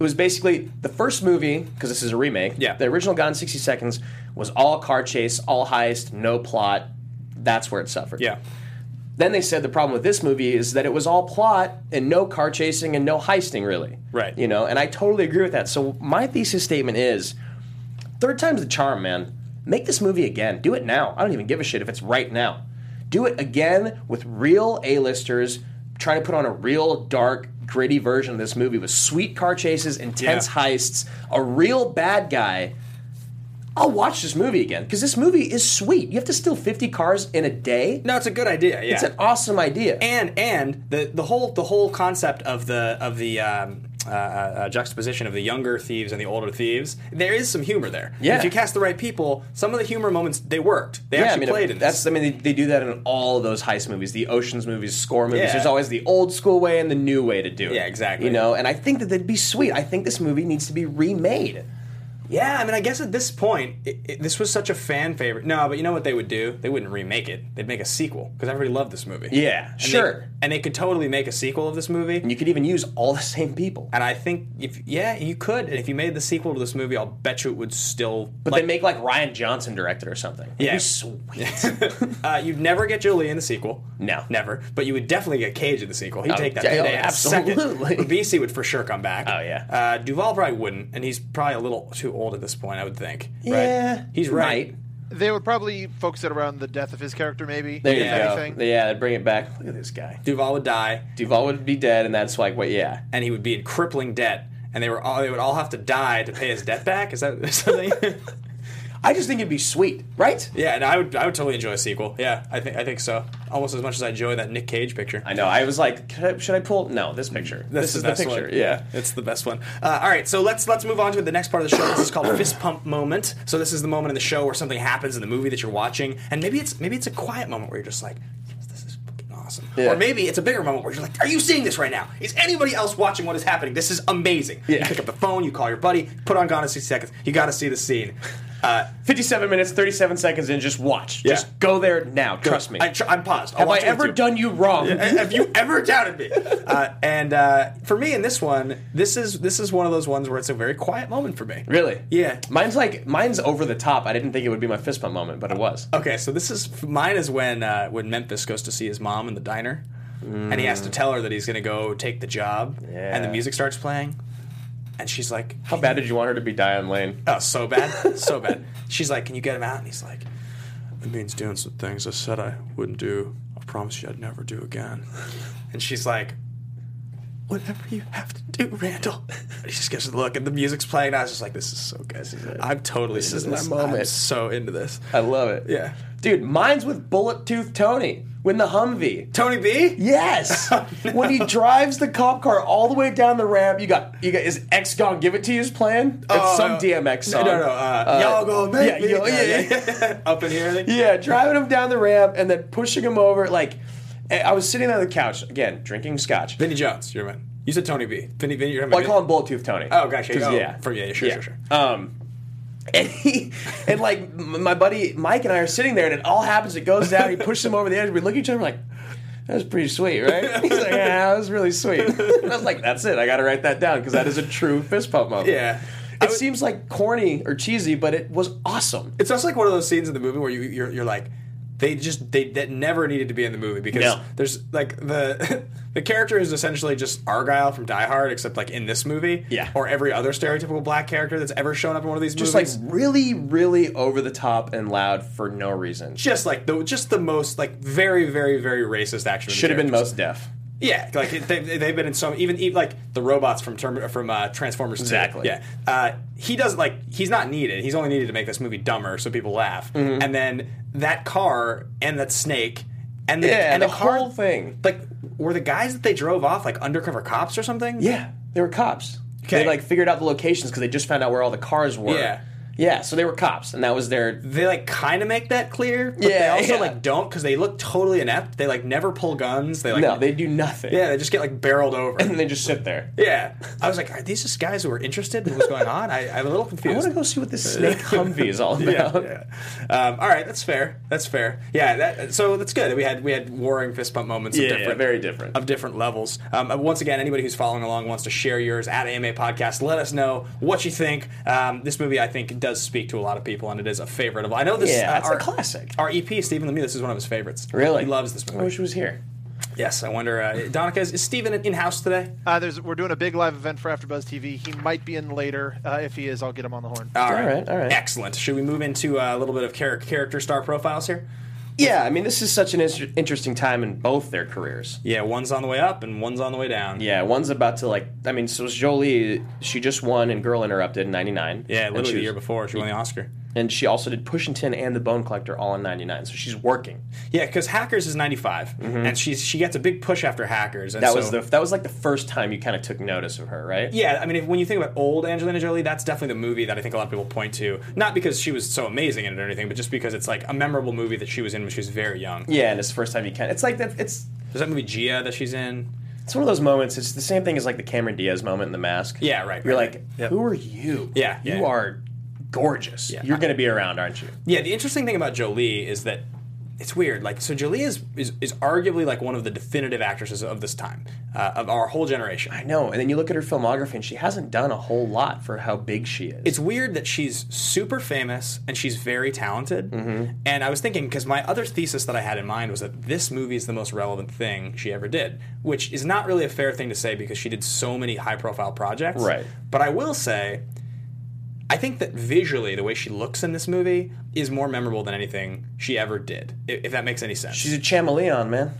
Speaker 3: it was basically the first movie, because this is a remake,
Speaker 1: Yeah.
Speaker 3: the original Gone in 60 Seconds was all car chase, all heist, no plot. That's where it suffered.
Speaker 1: Yeah.
Speaker 3: Then they said the problem with this movie is that it was all plot and no car chasing and no heisting, really.
Speaker 1: Right.
Speaker 3: You know, and I totally agree with that. So my thesis statement is third time's the charm, man. Make this movie again. Do it now. I don't even give a shit if it's right now. Do it again with real A-listers trying to put on a real dark, gritty version of this movie with sweet car chases, intense
Speaker 1: Yeah.
Speaker 3: heists, a real bad guy. I'll watch this movie again because this movie is sweet. You have to steal 50 cars in a day.
Speaker 1: No, it's a good idea. Yeah.
Speaker 3: It's an awesome idea.
Speaker 1: and and the the whole the whole concept of the of the um, uh, uh, juxtaposition of the younger thieves and the older thieves, there is some humor there.
Speaker 3: Yeah.
Speaker 1: If you cast the right people, some of the humor moments they worked. They
Speaker 3: yeah, I
Speaker 1: actually
Speaker 3: mean,
Speaker 1: played in
Speaker 3: that's.
Speaker 1: this.
Speaker 3: I mean, they, they do that in all those heist movies, the oceans movies, score movies.
Speaker 1: Yeah.
Speaker 3: There's always the old school way and the new way to do it.
Speaker 1: Yeah, exactly.
Speaker 3: You know, and I think that that'd be sweet. I think this movie needs to be remade.
Speaker 1: Yeah, I mean, I guess at this point, it, it, this was such a fan favorite. No, but you know what they would do? They wouldn't remake it. They'd make a sequel because everybody loved this movie.
Speaker 3: Yeah,
Speaker 1: And they-
Speaker 3: sure.
Speaker 1: and they could totally make a sequel of this movie.
Speaker 3: And you could even use all the same people.
Speaker 1: And I think if yeah, you could. And if you made the sequel to this movie, I'll bet you it would still.
Speaker 3: But they make like Ryan Johnson direct it or something. That'd be
Speaker 1: Yeah. <laughs>
Speaker 3: sweet.
Speaker 1: uh, you'd never get Julie in the sequel.
Speaker 3: No.
Speaker 1: never. But you would definitely get Cage in the sequel. He'd
Speaker 3: Oh,
Speaker 1: take that
Speaker 3: yeah,
Speaker 1: today.
Speaker 3: oh, absolutely.
Speaker 1: BC would for sure come back.
Speaker 3: Oh, yeah.
Speaker 1: Uh, Duvall probably wouldn't, and he's probably a little too old at this point. I would think.
Speaker 3: Yeah,
Speaker 1: right? he's
Speaker 3: he
Speaker 1: right.
Speaker 3: might.
Speaker 4: They would probably focus it around the death of his character, maybe.
Speaker 3: There
Speaker 4: if
Speaker 3: you go.
Speaker 4: anything.
Speaker 3: Yeah, they bring it back. Look at this guy.
Speaker 1: Duvall would die,
Speaker 3: Duvall would be dead, and that's like what? Yeah.
Speaker 1: and he would be in crippling debt, and they were all they would all have to die to pay his debt back. Is that something?
Speaker 3: <laughs> I just think it'd be sweet, right?
Speaker 1: <laughs> yeah, and I would I would totally enjoy a sequel. Yeah, I think I think so. Almost as much as I enjoy that Nick Cage picture.
Speaker 3: I know. I was like, could I, should I pull? No, this picture. This, is the,
Speaker 1: best
Speaker 3: picture.
Speaker 1: one.
Speaker 3: Yeah.
Speaker 1: it's the best one. Uh, all right, so let's let's move on to the next part of the show. This is
Speaker 3: <coughs>
Speaker 1: called fist pump moment. So this is the moment in the show where something happens in the movie that you're watching, and maybe it's maybe it's a quiet moment where you're just like. "Yes, this is fucking Awesome.
Speaker 3: Yeah.
Speaker 1: Or maybe it's a bigger moment where you're like, "Are you seeing this right now? Is anybody else watching what is happening? This is amazing." You
Speaker 3: Yeah.
Speaker 1: pick up the phone, you call your buddy, put on Gone in 60 Seconds. You got to see the scene. Uh,
Speaker 3: 57 minutes, 37 seconds, and just watch.
Speaker 1: Yeah.
Speaker 3: Just go there now. Trust me.
Speaker 1: I, tr- I'm paused. I'll
Speaker 3: Have I
Speaker 1: watch it with
Speaker 3: ever
Speaker 1: you.
Speaker 3: done you wrong?
Speaker 1: Have you ever doubted me? Uh, and uh, for me, in this one, this is this is one of those ones where it's a very quiet moment for me.
Speaker 3: Really?
Speaker 1: Yeah.
Speaker 3: Mine's like mine's over the top. I didn't think it would be my fist pump moment, but it was.
Speaker 1: Okay, so this is mine is when uh, when Memphis goes to see his mom in the diner, and he has to tell her that he's going to go take the job,
Speaker 3: Mm. Yeah.
Speaker 1: and the music starts playing, and she's like,
Speaker 3: How bad did you want her to be Diane Lane?
Speaker 1: "Oh, so bad, so bad." She's like, "Can you get him out?" And he's like, "It means doing some things I said I wouldn't do. I promised you I'd never do again." And she's like, "Whatever you have to do, Randall." And he just gives her the look, and the music's playing. And I was just like, "This is so good. I'm totally this
Speaker 3: is
Speaker 1: into
Speaker 3: my
Speaker 1: this. I'm
Speaker 3: moment."
Speaker 1: so into this."
Speaker 3: I love it.
Speaker 1: Yeah.
Speaker 3: Dude, mine's with Bullet Tooth Tony when the Humvee.
Speaker 1: Tony B. <laughs>
Speaker 3: Yes. When he drives the cop car all the way down the ramp, you got you got is X Gone Give It to You's playing? It's
Speaker 1: Oh,
Speaker 3: some
Speaker 1: no.
Speaker 3: DMX
Speaker 1: No,
Speaker 3: song.
Speaker 1: no, no. Uh, y'all gonna make
Speaker 3: yeah,
Speaker 1: me.
Speaker 3: yo- yeah, yeah.
Speaker 1: <laughs> Up in here. I think.
Speaker 3: Yeah, driving him down the ramp and then pushing him over. Like, I was sitting on the couch again, drinking scotch.
Speaker 1: Vinny Jones, you're man. You said Tony B. Vinny, Vinny, you're
Speaker 3: Well, I call him Bullet Tooth Tony.
Speaker 1: Oh, gosh, yeah,
Speaker 3: 'Cause,
Speaker 1: oh, from- yeah, sure, sure, sure.
Speaker 3: Um, and he and like m- my buddy Mike and I are sitting there, and it all happens. It goes down. He pushes him over the edge. We look at each other we're like. That was pretty sweet, right?
Speaker 1: <laughs>
Speaker 3: He's like, "Yeah, that was really sweet." And I was like, "That's it. I got to write that down because that is a true fist pump moment."
Speaker 1: Yeah. I
Speaker 3: it
Speaker 1: would-
Speaker 3: seems like corny or cheesy, but it was awesome.
Speaker 1: It's also like one of those scenes in the movie where you, you're, you're like, they just they that never needed to be in the movie because
Speaker 3: No.
Speaker 1: there's like the <laughs> the character is essentially just Argyle from Die Hard except like in this movie
Speaker 3: Yeah.
Speaker 1: or every other stereotypical black character that's ever shown up in one of these
Speaker 3: Just like
Speaker 1: movies
Speaker 3: really, really over the top and loud for no reason.
Speaker 1: just like the just the most like very very very racist action movie
Speaker 3: Should have been
Speaker 1: characters.
Speaker 3: most deaf.
Speaker 1: Yeah, like they, they- they've been in some even, even like the robots from Term, from uh, Transformers. 2.
Speaker 3: Exactly.
Speaker 1: Yeah, uh, he does like he's not needed. He's only needed to make this movie dumber so people laugh.
Speaker 3: Mm-hmm.
Speaker 1: And then that car and that snake and the,
Speaker 3: Yeah,
Speaker 1: and
Speaker 3: the
Speaker 1: the, car-
Speaker 3: whole thing.
Speaker 1: Like, were the guys that they drove off like undercover cops or something?
Speaker 3: Yeah, they were cops. They
Speaker 1: Okay.
Speaker 3: like figured out the locations because they just found out where all the cars were.
Speaker 1: Yeah.
Speaker 3: Yeah, so they were cops, and that was their
Speaker 1: They like kind of make that clear, but they
Speaker 3: Yeah,
Speaker 1: also
Speaker 3: yeah.
Speaker 1: like don't because they look totally inept. They like never pull guns. They like
Speaker 3: no. They do nothing.
Speaker 1: yeah, they just get like barreled over.
Speaker 3: <laughs> and <laughs> they just sit there.
Speaker 1: yeah, I was like, are these just guys who are interested in what's going on? I, I'm a little
Speaker 3: I
Speaker 1: confused.
Speaker 3: want to go see what this <laughs> snake Humvee is all
Speaker 1: <laughs>
Speaker 3: about.
Speaker 1: yeah. Um, all right, that's fair. That's fair. Yeah. That, so that's good. We had we had warring fist bump moments.
Speaker 3: Yeah,
Speaker 1: of different,
Speaker 3: very different.
Speaker 1: Of different levels. Um, and once again, anybody who's following along wants to share yours at AMA Podcast. Let us know what you think. Um, this movie, I think, does speak to a lot of people, and it is a favorite of. I know this. uh,
Speaker 3: Yeah, it's a
Speaker 1: our,
Speaker 3: classic.
Speaker 1: Our EP, Stephen Lemieux, this is one of his favorites.
Speaker 3: Really?
Speaker 1: he loves this movie.
Speaker 3: I wish it was here.
Speaker 1: yes, I wonder. Uh, Donica, is, is Stephen in house today?
Speaker 4: Uh, there's, we're doing a big live event for AfterBuzz TV. He might be in later. Uh, if he is, I'll get him on the horn.
Speaker 1: All
Speaker 3: All right, all right.
Speaker 1: Excellent. Should we move into uh, a little bit of char- character star profiles here?
Speaker 3: Yeah, I mean, this is such an inter- interesting time in both their careers.
Speaker 1: Yeah, one's on the way up and one's on the way down.
Speaker 3: Yeah, one's about to like. I mean, so Jolie, she just won in Girl Interrupted in '99.
Speaker 1: Yeah,
Speaker 3: and
Speaker 1: literally
Speaker 3: she
Speaker 1: the
Speaker 3: was-
Speaker 1: year before she won the Oscar.
Speaker 3: and she also did Pushington and The Bone Collector all in '99. So she's working.
Speaker 1: Yeah, because Hackers is ninety and she's she gets a big push after Hackers. And
Speaker 3: Mm-hmm. That
Speaker 1: so-
Speaker 3: was the that was like the first time you kind of took notice of her, right?
Speaker 1: yeah. I mean, if, when you think about old Angelina Jolie, that's definitely the movie that I think a lot of people point to, not because she was so amazing in it or anything, but just because it's like a memorable movie that she was in when she was very young.
Speaker 3: Yeah, and it's the first time you kind. It's like that. It's
Speaker 1: There's that movie Gia that she's in.
Speaker 3: it's one of those moments. It's the same thing as like the Cameron Diaz moment in The Mask.
Speaker 1: Yeah, right,
Speaker 3: You're
Speaker 1: right,
Speaker 3: like,
Speaker 1: right. Yep.
Speaker 3: who are you?
Speaker 1: Yeah,
Speaker 3: you
Speaker 1: yeah.
Speaker 3: are gorgeous.
Speaker 1: Yeah.
Speaker 3: You're gonna be around, aren't you?
Speaker 1: Yeah, the interesting thing about Jolie is that it's weird. Like, so Jolie is is, is arguably like one of the definitive actresses of this time, uh, of our whole generation.
Speaker 3: I know. And then you look at her filmography, and she hasn't done a whole lot for how big she is.
Speaker 1: it's weird that she's super famous and she's very talented. And I was thinking because my other thesis that I had in mind was that this movie is the most relevant thing she ever did, which is not really a fair thing to say because she did so many high-profile projects.
Speaker 3: Right.
Speaker 1: But I will say, I think that visually, the way she looks in this movie is more memorable than anything she ever did. i- If that makes any sense
Speaker 3: she's a chameleon, man.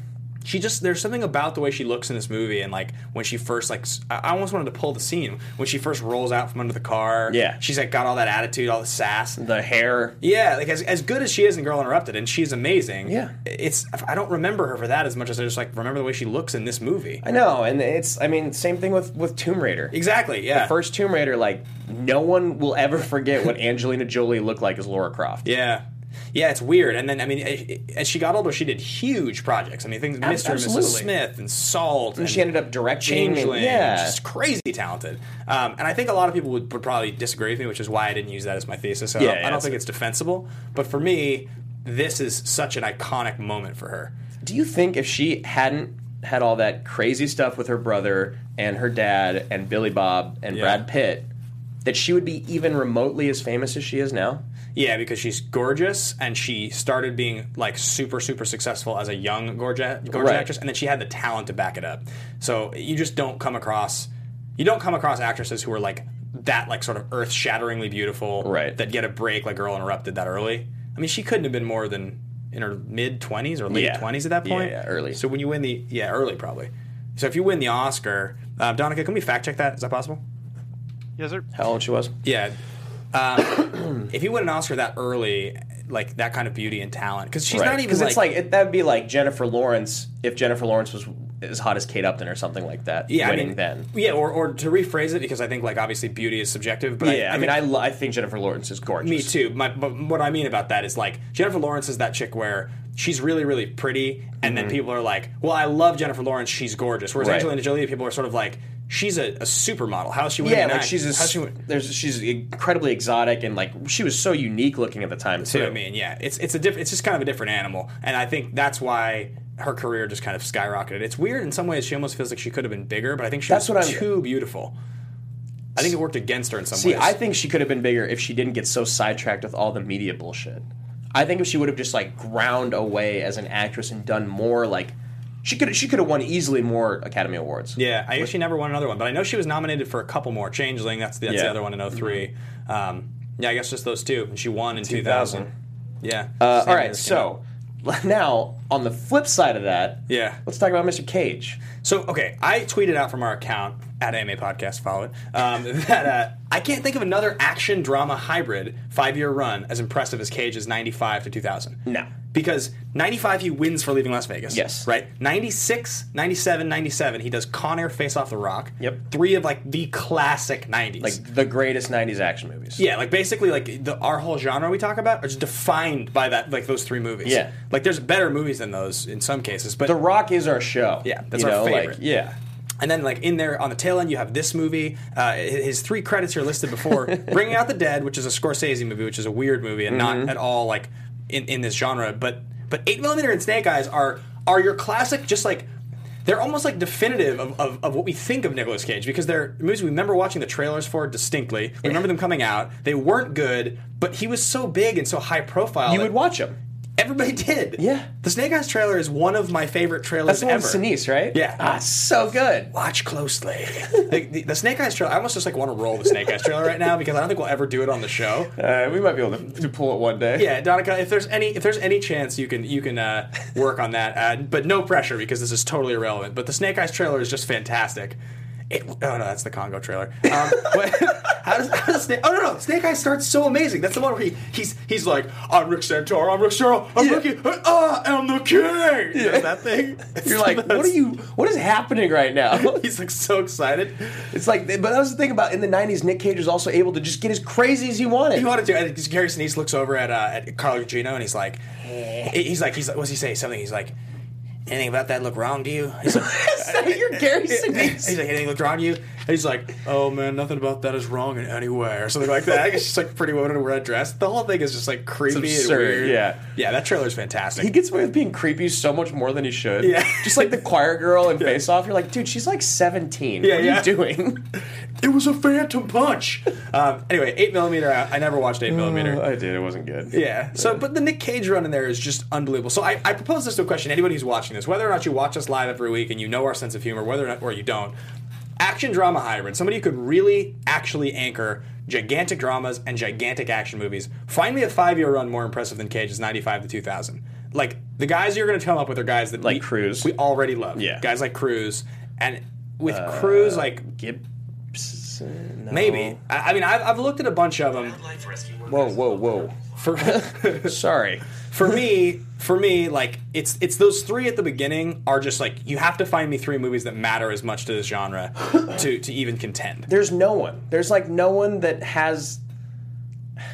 Speaker 1: she just there's something about the way she looks in this movie and like when she first like s- I I almost wanted to pull the scene when she first rolls out from under the car.
Speaker 3: Yeah.
Speaker 1: she's like got all that attitude, all the sass.
Speaker 3: The hair.
Speaker 1: Yeah, like as, as good as she is in Girl Interrupted, and she's amazing.
Speaker 3: Yeah.
Speaker 1: it's I don't remember her for that as much as I just like remember the way she looks in this movie.
Speaker 3: I know, and it's. I mean, same thing with with Tomb Raider.
Speaker 1: exactly. Yeah.
Speaker 3: The first Tomb Raider, like no one will ever forget what <laughs> Angelina Jolie looked like as Laura Croft.
Speaker 1: Yeah. Yeah, it's weird. And then, I mean, a- a- as she got older, she did huge projects. I mean, things Mr. and Mrs.
Speaker 3: absolutely.
Speaker 1: Smith and Salt. And,
Speaker 3: she ended up directing and-
Speaker 1: Changeling.
Speaker 3: yeah.
Speaker 1: She's crazy talented. Um, and I think a lot of people would, would probably disagree with me, which is why I didn't use that as my thesis. So I
Speaker 3: Yeah,
Speaker 1: don't- I
Speaker 3: yeah,
Speaker 1: don't
Speaker 3: it's-
Speaker 1: think it's defensible. But for me, this is such an iconic moment for her.
Speaker 3: Do you think if she hadn't had all that crazy stuff with her brother and her dad and Billy Bob and
Speaker 1: Yeah.
Speaker 3: Brad Pitt, that she would be even remotely as famous as she is now?
Speaker 1: Yeah, because she's gorgeous, and she started being like super, super successful as a young gorgeous, gorgeous
Speaker 3: Right.
Speaker 1: actress, and then she had the talent to back it up. So you just don't come across, you don't come across actresses who are like that, like sort of earth-shatteringly beautiful,
Speaker 3: Right.
Speaker 1: That get a break like Girl Interrupted that early. I mean, she couldn't have been more than in her mid twenties or late
Speaker 3: Yeah.
Speaker 1: twenties at that point.
Speaker 3: Yeah, yeah, early.
Speaker 1: So when you win the yeah early probably. So if you win the Oscar, uh, Donica, can we fact check that? Is that possible?
Speaker 4: yes, sir.
Speaker 3: How old she was?
Speaker 1: Yeah. Um, <clears throat> if you win an Oscar that early, like that kind of beauty and talent, because she's not even
Speaker 3: because it's like it, that'd be like Jennifer Lawrence if Jennifer Lawrence was as hot as Kate Upton or something like that.
Speaker 1: yeah,
Speaker 3: winning
Speaker 1: I mean,
Speaker 3: then.
Speaker 1: Yeah, or, or to rephrase it, because I think like obviously beauty is subjective, but
Speaker 3: Yeah, I, mean, I, lo- I think Jennifer Lawrence is gorgeous.
Speaker 1: Me too. My, but what I mean about that is like Jennifer Lawrence is that chick where she's really, really pretty, and then people are like, "Well, I love Jennifer Lawrence; she's gorgeous." Whereas
Speaker 3: Mm-hmm. Right.
Speaker 1: Angelina Jolie, people are sort of like, "She's a, a supermodel. How is she winning?"
Speaker 3: Yeah,
Speaker 1: an
Speaker 3: like
Speaker 1: act-
Speaker 3: she's
Speaker 1: how's
Speaker 3: a,
Speaker 1: she win-
Speaker 3: there's she's incredibly exotic and like she was so unique looking at the time too.
Speaker 1: See what I mean? Yeah, it's it's a diff- it's just kind of a different animal, and I think that's why her career just kind of skyrocketed. It's weird in some ways; she almost feels like she could have been bigger, but I think she
Speaker 3: That's
Speaker 1: was
Speaker 3: what I'm-
Speaker 1: too beautiful. I think it worked against her in some
Speaker 3: See,
Speaker 1: ways.
Speaker 3: I think she could have been bigger if she didn't get so sidetracked with all the media bullshit. I think if she would have just like ground away as an actress and done more, like she could she could have won easily more Academy Awards.
Speaker 1: Yeah, I actually never won another one, but I know she was nominated for a couple more. Changeling, that's the, that's the
Speaker 3: Yeah. Mm-hmm.
Speaker 1: other one in 3 Um, yeah, I guess just those two, and she won in 2000.
Speaker 3: 2000.
Speaker 1: Yeah.
Speaker 3: Uh,
Speaker 1: Same
Speaker 3: all
Speaker 1: year
Speaker 3: right,
Speaker 1: this
Speaker 3: so <laughs> now on the flip side of that,
Speaker 1: came out. Yeah.
Speaker 3: let's talk about Mr. Cage.
Speaker 1: So okay, I tweeted out from our account at AMA Podcast, follow it. Um, <laughs> that uh, I can't think of another action drama hybrid five year run as impressive as Cage's ninety five to two thousand.
Speaker 3: No.
Speaker 1: Because 95, he wins for leaving Las Vegas.
Speaker 3: Yes.
Speaker 1: Right? 96, 97, 97, he does Con Air Face Off the Rock.
Speaker 3: Yep.
Speaker 1: Three of, like, the classic 90s.
Speaker 3: Like the greatest '90s action movies.
Speaker 1: Yeah, like basically, like the our whole genre we talk about is defined by that, like those three movies.
Speaker 3: Yeah.
Speaker 1: like there's better movies than those in some cases, but
Speaker 3: The Rock is our show.
Speaker 1: yeah, that's
Speaker 3: you
Speaker 1: our
Speaker 3: know,
Speaker 1: favorite.
Speaker 3: Like, yeah.
Speaker 1: and then like in there on the tail end, you have this movie. Uh, his three credits are listed
Speaker 3: <laughs>
Speaker 1: before Bringing Out the Dead, which is a Scorsese movie, which is a weird movie and
Speaker 3: Mm-hmm.
Speaker 1: not at all like in in this genre. But but Eight Millimeter and Snake Eyes are are your classic, just like. They're almost like definitive of, of, of what we think of Nicolas Cage because they're movies we remember watching the trailers for distinctly. We remember them coming out. They weren't good, but he was so big and so high profile.
Speaker 3: You
Speaker 1: that
Speaker 3: would watch him.
Speaker 1: Everybody <laughs> did.
Speaker 3: Yeah.
Speaker 1: The Snake Eyes trailer is one of my favorite trailers
Speaker 3: That's the one
Speaker 1: ever.
Speaker 3: with Sinise, right?
Speaker 1: Yeah.
Speaker 3: Ah, so good.
Speaker 1: Watch closely. <laughs> Like, the, the Snake Eyes trailer. I almost just like want to roll the Snake Eyes trailer right now because I don't think we'll ever do it on the show.
Speaker 3: Uh, we might be able to, to pull it one day.
Speaker 1: Yeah, Donica, if there's any if there's any chance you can you can uh, work on that, uh, but no pressure because this is totally irrelevant. But the Snake Eyes trailer is just fantastic. It, oh no, that's the Congo trailer. Um, <laughs> but how does, how does Snake? Oh no, no, Snake Eyes starts so amazing. That's the one where he he's he's like, I'm Rick Santorum, I'm Rick Santorum, I'm
Speaker 3: Yeah.
Speaker 1: Ricky, I am the king. Yeah. That thing.
Speaker 3: <laughs>
Speaker 1: <laughs>
Speaker 3: You're like, what are you? What is happening right now? <laughs>
Speaker 1: He's like so excited.
Speaker 3: it's like, but that was the thing about in the '90s. Nick Cage was also able to just get as crazy as he
Speaker 1: <laughs>
Speaker 3: wanted.
Speaker 1: He wanted to. And Gary Sinise looks over at uh, at Carlo Gugino and he's like, he's like, he's like, what's he say? Something. He's like, anything about that look wrong to you? He's like,
Speaker 3: You're Gary
Speaker 1: he's
Speaker 3: Sinise.
Speaker 1: like anything looked wrong to you? And he's like, oh man, nothing about that is wrong in any way or something like that. I guess she's like pretty woman in a red dress. The whole thing is just like creepy and
Speaker 3: absurd,
Speaker 1: weird.
Speaker 3: yeah.
Speaker 1: yeah. That trailer's fantastic.
Speaker 3: He gets away with being creepy so much more than he should.
Speaker 1: Yeah.
Speaker 3: Just like the choir
Speaker 1: <laughs>
Speaker 3: girl in Face Off, you're like, dude, she's like 17.
Speaker 1: Yeah,
Speaker 3: what are
Speaker 1: yeah. <laughs>
Speaker 3: you doing?
Speaker 1: it was a phantom punch. um, anyway, eight millimeter. I, I never watched eight millimeter.
Speaker 3: I did. It wasn't good.
Speaker 1: Yeah. So, but the Nick Cage run in there is just unbelievable. So, I, I propose this to a question: anybody who's watching this, whether or not you watch us live every week and you know our sense of humor, whether or not or you don't, action drama hybrid, somebody who could really actually anchor gigantic dramas and gigantic action movies. Find me a five-year run more impressive than Cage's '95 to 2000. Like the guys you're going to come up with are guys that
Speaker 3: Like
Speaker 1: we-
Speaker 3: Cruise.
Speaker 1: we already love.
Speaker 3: Yeah. Uh,
Speaker 1: guys like Cruise, and with Cruise, like
Speaker 3: Gibson. no.
Speaker 1: maybe I, I mean I've, I've looked at a bunch of them
Speaker 3: Whoa, whoa, whoa.
Speaker 1: for.
Speaker 3: <laughs> Sorry.
Speaker 1: for me, for me, like it's it's those three at the beginning are just like you have to find me three movies that matter as much to this genre to to even contend.
Speaker 3: There's no one. There's like no one that has.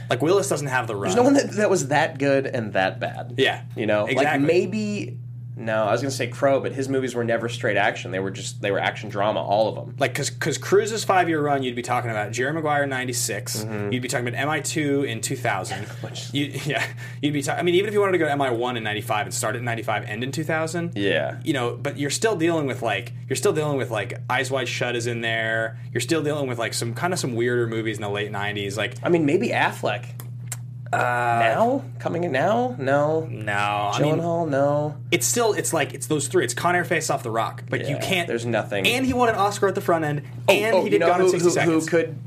Speaker 1: Like Willis doesn't have the run.
Speaker 3: There's no one that, that was that good and that bad.
Speaker 1: Yeah,
Speaker 3: You know? Like
Speaker 1: exactly.
Speaker 3: maybe. No, I was going to say Crow, but his movies were never straight action. They were just. They were action drama, all of them.
Speaker 1: like because because Cruise's five year run, you'd be talking about Jerry Maguire in '96.
Speaker 3: Mm-hmm.
Speaker 1: You'd be talking about MI two in
Speaker 3: <laughs>
Speaker 1: 2000. you, yeah, you'd be talking. I mean, even if you wanted to go to MI one in '95 and start at '95, end in 2000.
Speaker 3: Yeah.
Speaker 1: you know, but you're still dealing with like you're still dealing with like Eyes Wide Shut is in there. You're still dealing with like some kind of some weirder movies in the late '90s. Like
Speaker 3: I mean, maybe Affleck.
Speaker 1: Uh,
Speaker 3: now? Coming in now? No.
Speaker 1: no, I mean,
Speaker 3: Gyllenhaal? no.
Speaker 1: it's still it's like it's those three. It's Con Air Face Off the Rock, but you
Speaker 3: Yeah,
Speaker 1: can't.
Speaker 3: there's nothing.
Speaker 1: And he won an Oscar at the front end,
Speaker 3: Oh,
Speaker 1: and
Speaker 3: oh,
Speaker 1: he
Speaker 3: you
Speaker 1: did
Speaker 3: know
Speaker 1: Gone in
Speaker 3: who,
Speaker 1: sixty
Speaker 3: who-
Speaker 1: seconds.
Speaker 3: Who could?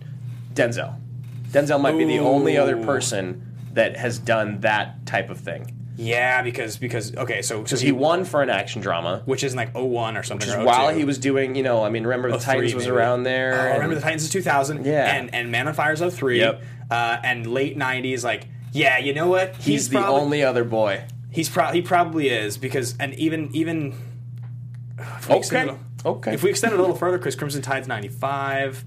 Speaker 3: Denzel. Denzel might be the only other
Speaker 1: Ooh.
Speaker 3: person that has done that type of thing.
Speaker 1: Yeah, because because okay, so so
Speaker 3: Because he won for an action drama.
Speaker 1: which is like 01 or oh something.
Speaker 3: Which is
Speaker 1: or
Speaker 3: while
Speaker 1: 02.
Speaker 3: he was doing, you know, I mean, remember the
Speaker 1: 03
Speaker 3: Titans was
Speaker 1: Oh, maybe.
Speaker 3: around there.
Speaker 1: Oh,
Speaker 3: and-
Speaker 1: remember the Titans is 2000.
Speaker 3: Yeah.
Speaker 1: and and Man on Fire is 03.
Speaker 3: Yep.
Speaker 1: Uh, and late 90s, like yeah, you know what?
Speaker 3: He's, the
Speaker 1: probably-
Speaker 3: only other boy.
Speaker 1: He's pro- he probably is because and even even. If we extend
Speaker 3: Okay.
Speaker 1: it a-
Speaker 3: Okay.
Speaker 1: If we extend it a little further, because Crimson Tide's ninety five.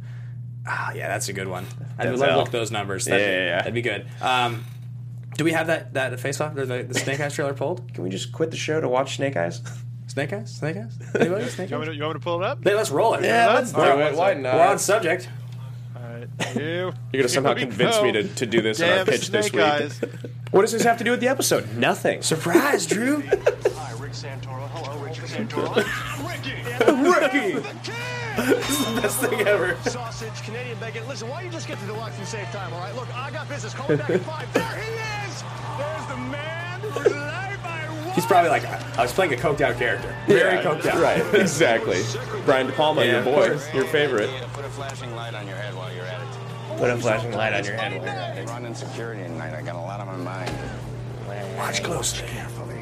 Speaker 1: Ah, yeah, that's a good one. I would love to
Speaker 3: Denzel.
Speaker 1: look at those numbers. That'd,
Speaker 3: Yeah, yeah, yeah.
Speaker 1: that'd be good. Um, do we have that that face off or the, the Snake Eyes trailer pulled?
Speaker 3: Can we just quit the show to watch
Speaker 1: <laughs>
Speaker 3: Snake Eyes?
Speaker 1: Snake Eyes, Snake Eyes. Anybody? Snake
Speaker 4: You
Speaker 1: Eyes?
Speaker 4: want, me to, you want me to pull it up?
Speaker 1: Hey, let's roll it.
Speaker 3: Yeah, let's do
Speaker 1: All
Speaker 3: it. Why not?
Speaker 1: We're on subject.
Speaker 4: All right.
Speaker 8: it. You.
Speaker 3: <laughs> You're gonna somehow
Speaker 8: Here we
Speaker 3: convince
Speaker 8: go.
Speaker 3: me to, to do this in our
Speaker 8: Damn
Speaker 3: pitch this
Speaker 8: snake
Speaker 3: week.
Speaker 8: eyes.
Speaker 9: What does this have to do with the episode? Nothing.
Speaker 1: Surprise, Drew.
Speaker 4: Hi, Rick Santoro. Hello,
Speaker 3: <laughs>
Speaker 4: Rick Santoro. Ricky!
Speaker 1: Ricky.
Speaker 4: The kid!
Speaker 1: Best thing ever.
Speaker 6: Sausage, Canadian bacon. Listen, why don't you just get to the Deluxe and save time, all right? Look, I got business. Call me back at five. There he is. There's the man whose life I want.
Speaker 1: He's probably like, I I was playing a coked out character. Very coked out.
Speaker 3: Right, <laughs> exactly. Brian De Palma,
Speaker 1: Yeah,
Speaker 3: your
Speaker 1: of
Speaker 3: boy, your favorite.
Speaker 6: Put a flashing light on your head while you're at it.
Speaker 9: Put a flashing light on your head.
Speaker 6: Hey, running security at night. I got a lot on my mind.
Speaker 1: Watch closely.
Speaker 6: Carefully.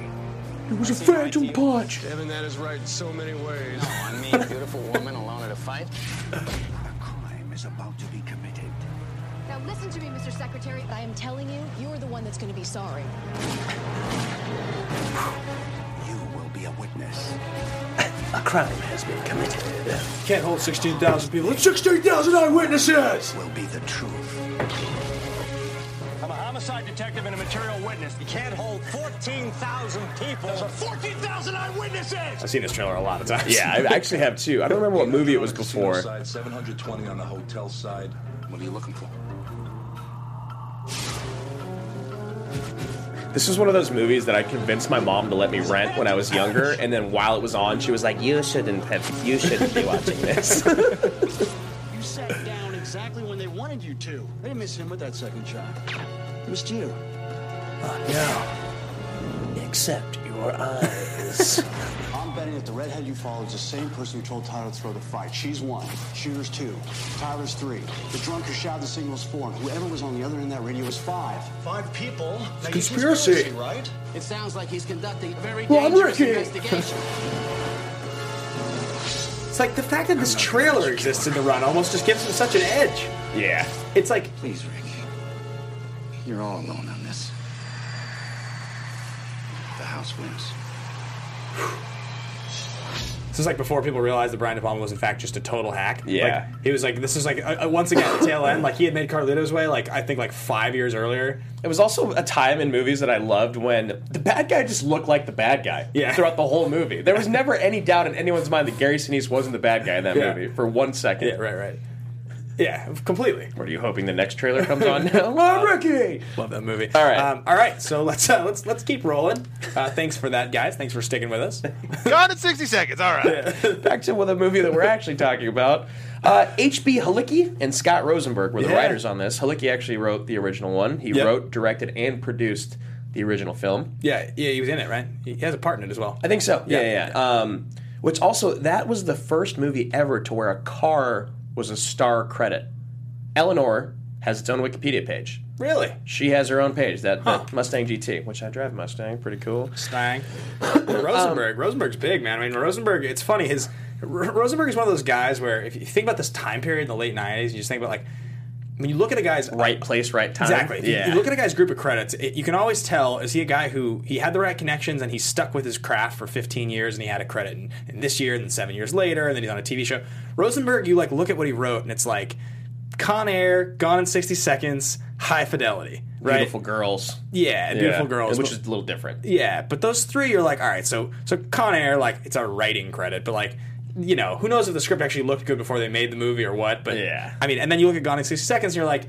Speaker 9: It was a fragile punch.
Speaker 6: Devin, that is right in so many ways. No, I mean, beautiful woman alone at a fight.
Speaker 4: A crime is about to be committed.
Speaker 10: Now listen to me, Mr. Secretary. I am telling you, you are the one that's going to be sorry.
Speaker 4: You will be a witness.
Speaker 9: A crime has been committed.
Speaker 1: Can't hold 16,000 people. It's 16,000 eyewitnesses!
Speaker 4: Will be the truth.
Speaker 6: I'm a homicide detective and a material witness. You can't hold 14,000 people. Those are 14,000 eyewitnesses!
Speaker 1: I've seen this trailer a lot of times.
Speaker 3: Yeah, I actually have two. I don't remember what movie it was before.
Speaker 11: Side, 720 on the hotel side.
Speaker 6: What are you looking for?
Speaker 3: This is one of those movies that I convinced my mom to let me rent when I was younger, and then while it was on, she was like, "You shouldn't have, you shouldn't be watching
Speaker 1: <laughs>
Speaker 3: this."
Speaker 4: You sat down exactly when they wanted you to. I didn't miss him with that second shot. I missed you.
Speaker 9: Except your
Speaker 4: <laughs>
Speaker 9: eyes.
Speaker 4: I'm betting that the redhead you followed is the same person who told Tyler to throw the fight. She's one. Shooter's two. Tyler's three. The drunk who shouted the signal was four. And whoever was on the other end of that radio was five.
Speaker 6: Five people. It's
Speaker 1: conspiracy. conspiracy,
Speaker 6: right? It sounds like he's conducting a very
Speaker 1: Well, I'm
Speaker 6: dangerous
Speaker 1: Ricky.
Speaker 6: investigation.
Speaker 1: It's like the fact that this trailer exists in the run almost just gives him such an edge.
Speaker 3: yeah,
Speaker 1: It's like,
Speaker 4: Please, Rick. You're all alone on this. The house wins.
Speaker 1: this is like before people realized that Brian De Palma was in fact just a total hack.
Speaker 3: Yeah.
Speaker 1: Like, he was like, this is like, uh, uh, once again, at the tail end, like he had made Carlito's Way, like, I think like five years earlier.
Speaker 3: it was also a time in movies that I loved when the bad guy just looked like the bad guy
Speaker 1: Yeah.
Speaker 3: throughout the whole movie. There was never any doubt in anyone's mind that Gary Sinise wasn't the bad guy in that
Speaker 1: Yeah.
Speaker 3: movie for one second.
Speaker 1: Yeah, right, right. Yeah, completely.
Speaker 3: What are you hoping the next trailer comes on <laughs>
Speaker 1: Uh,
Speaker 3: now? Oh, Ricky!
Speaker 1: Love that movie.
Speaker 3: All right.
Speaker 1: um, all right. So let's uh, let's let's keep rolling. Uh, thanks for that, guys. Thanks for sticking with
Speaker 3: <laughs>
Speaker 1: us.
Speaker 8: Gone in 60 seconds. All right.
Speaker 3: Back to the movie that we're actually talking about. Uh, H.B. Halicki and Scott Rosenberg were the
Speaker 1: Yeah.
Speaker 3: writers on this. Halicki actually wrote the original one. He
Speaker 1: Yep.
Speaker 3: wrote, directed, and produced the original film.
Speaker 1: Yeah, yeah, he was in it, right? He he has a part in it as well.
Speaker 3: I think so. Yeah,
Speaker 1: Yeah.
Speaker 3: yeah. yeah. Um, which also that was the first movie ever to where a car was a star credit. Eleanor has its own Wikipedia page.
Speaker 1: Really?
Speaker 3: She has her own page. That, that Mustang GT, which I drive Mustang, pretty cool.
Speaker 1: Stang.
Speaker 3: <coughs>
Speaker 1: Rosenberg. Rosenberg's big, man. I mean, Rosenberg, it's funny. His R- Rosenberg is one of those guys where if you think about this time period in the late 90s, you just think about like, when you look at a guy's
Speaker 3: Right place, right time.
Speaker 1: Exactly. If you-
Speaker 3: Yeah.
Speaker 1: You look at a guy's group of credits, it, you can always tell is he a guy who he had the right connections and he stuck with his craft for 15 years and he had a credit in, in this year and then seven years later and then he's on a TV show. Rosenberg, you like look at what he wrote and it's like Con Air, Gone in 60 Seconds, High Fidelity, right?
Speaker 3: Beautiful girls.
Speaker 1: Yeah, and Beautiful Girls.
Speaker 3: which
Speaker 1: but-
Speaker 3: is a little different.
Speaker 1: yeah, but those three, you're like, all right, so so Con Air, like it's a writing credit, but like you know, who knows if the script actually looked good before they made the movie or what? But
Speaker 3: Yeah.
Speaker 1: I mean, and then you look at Gone in sixty seconds, and you're like,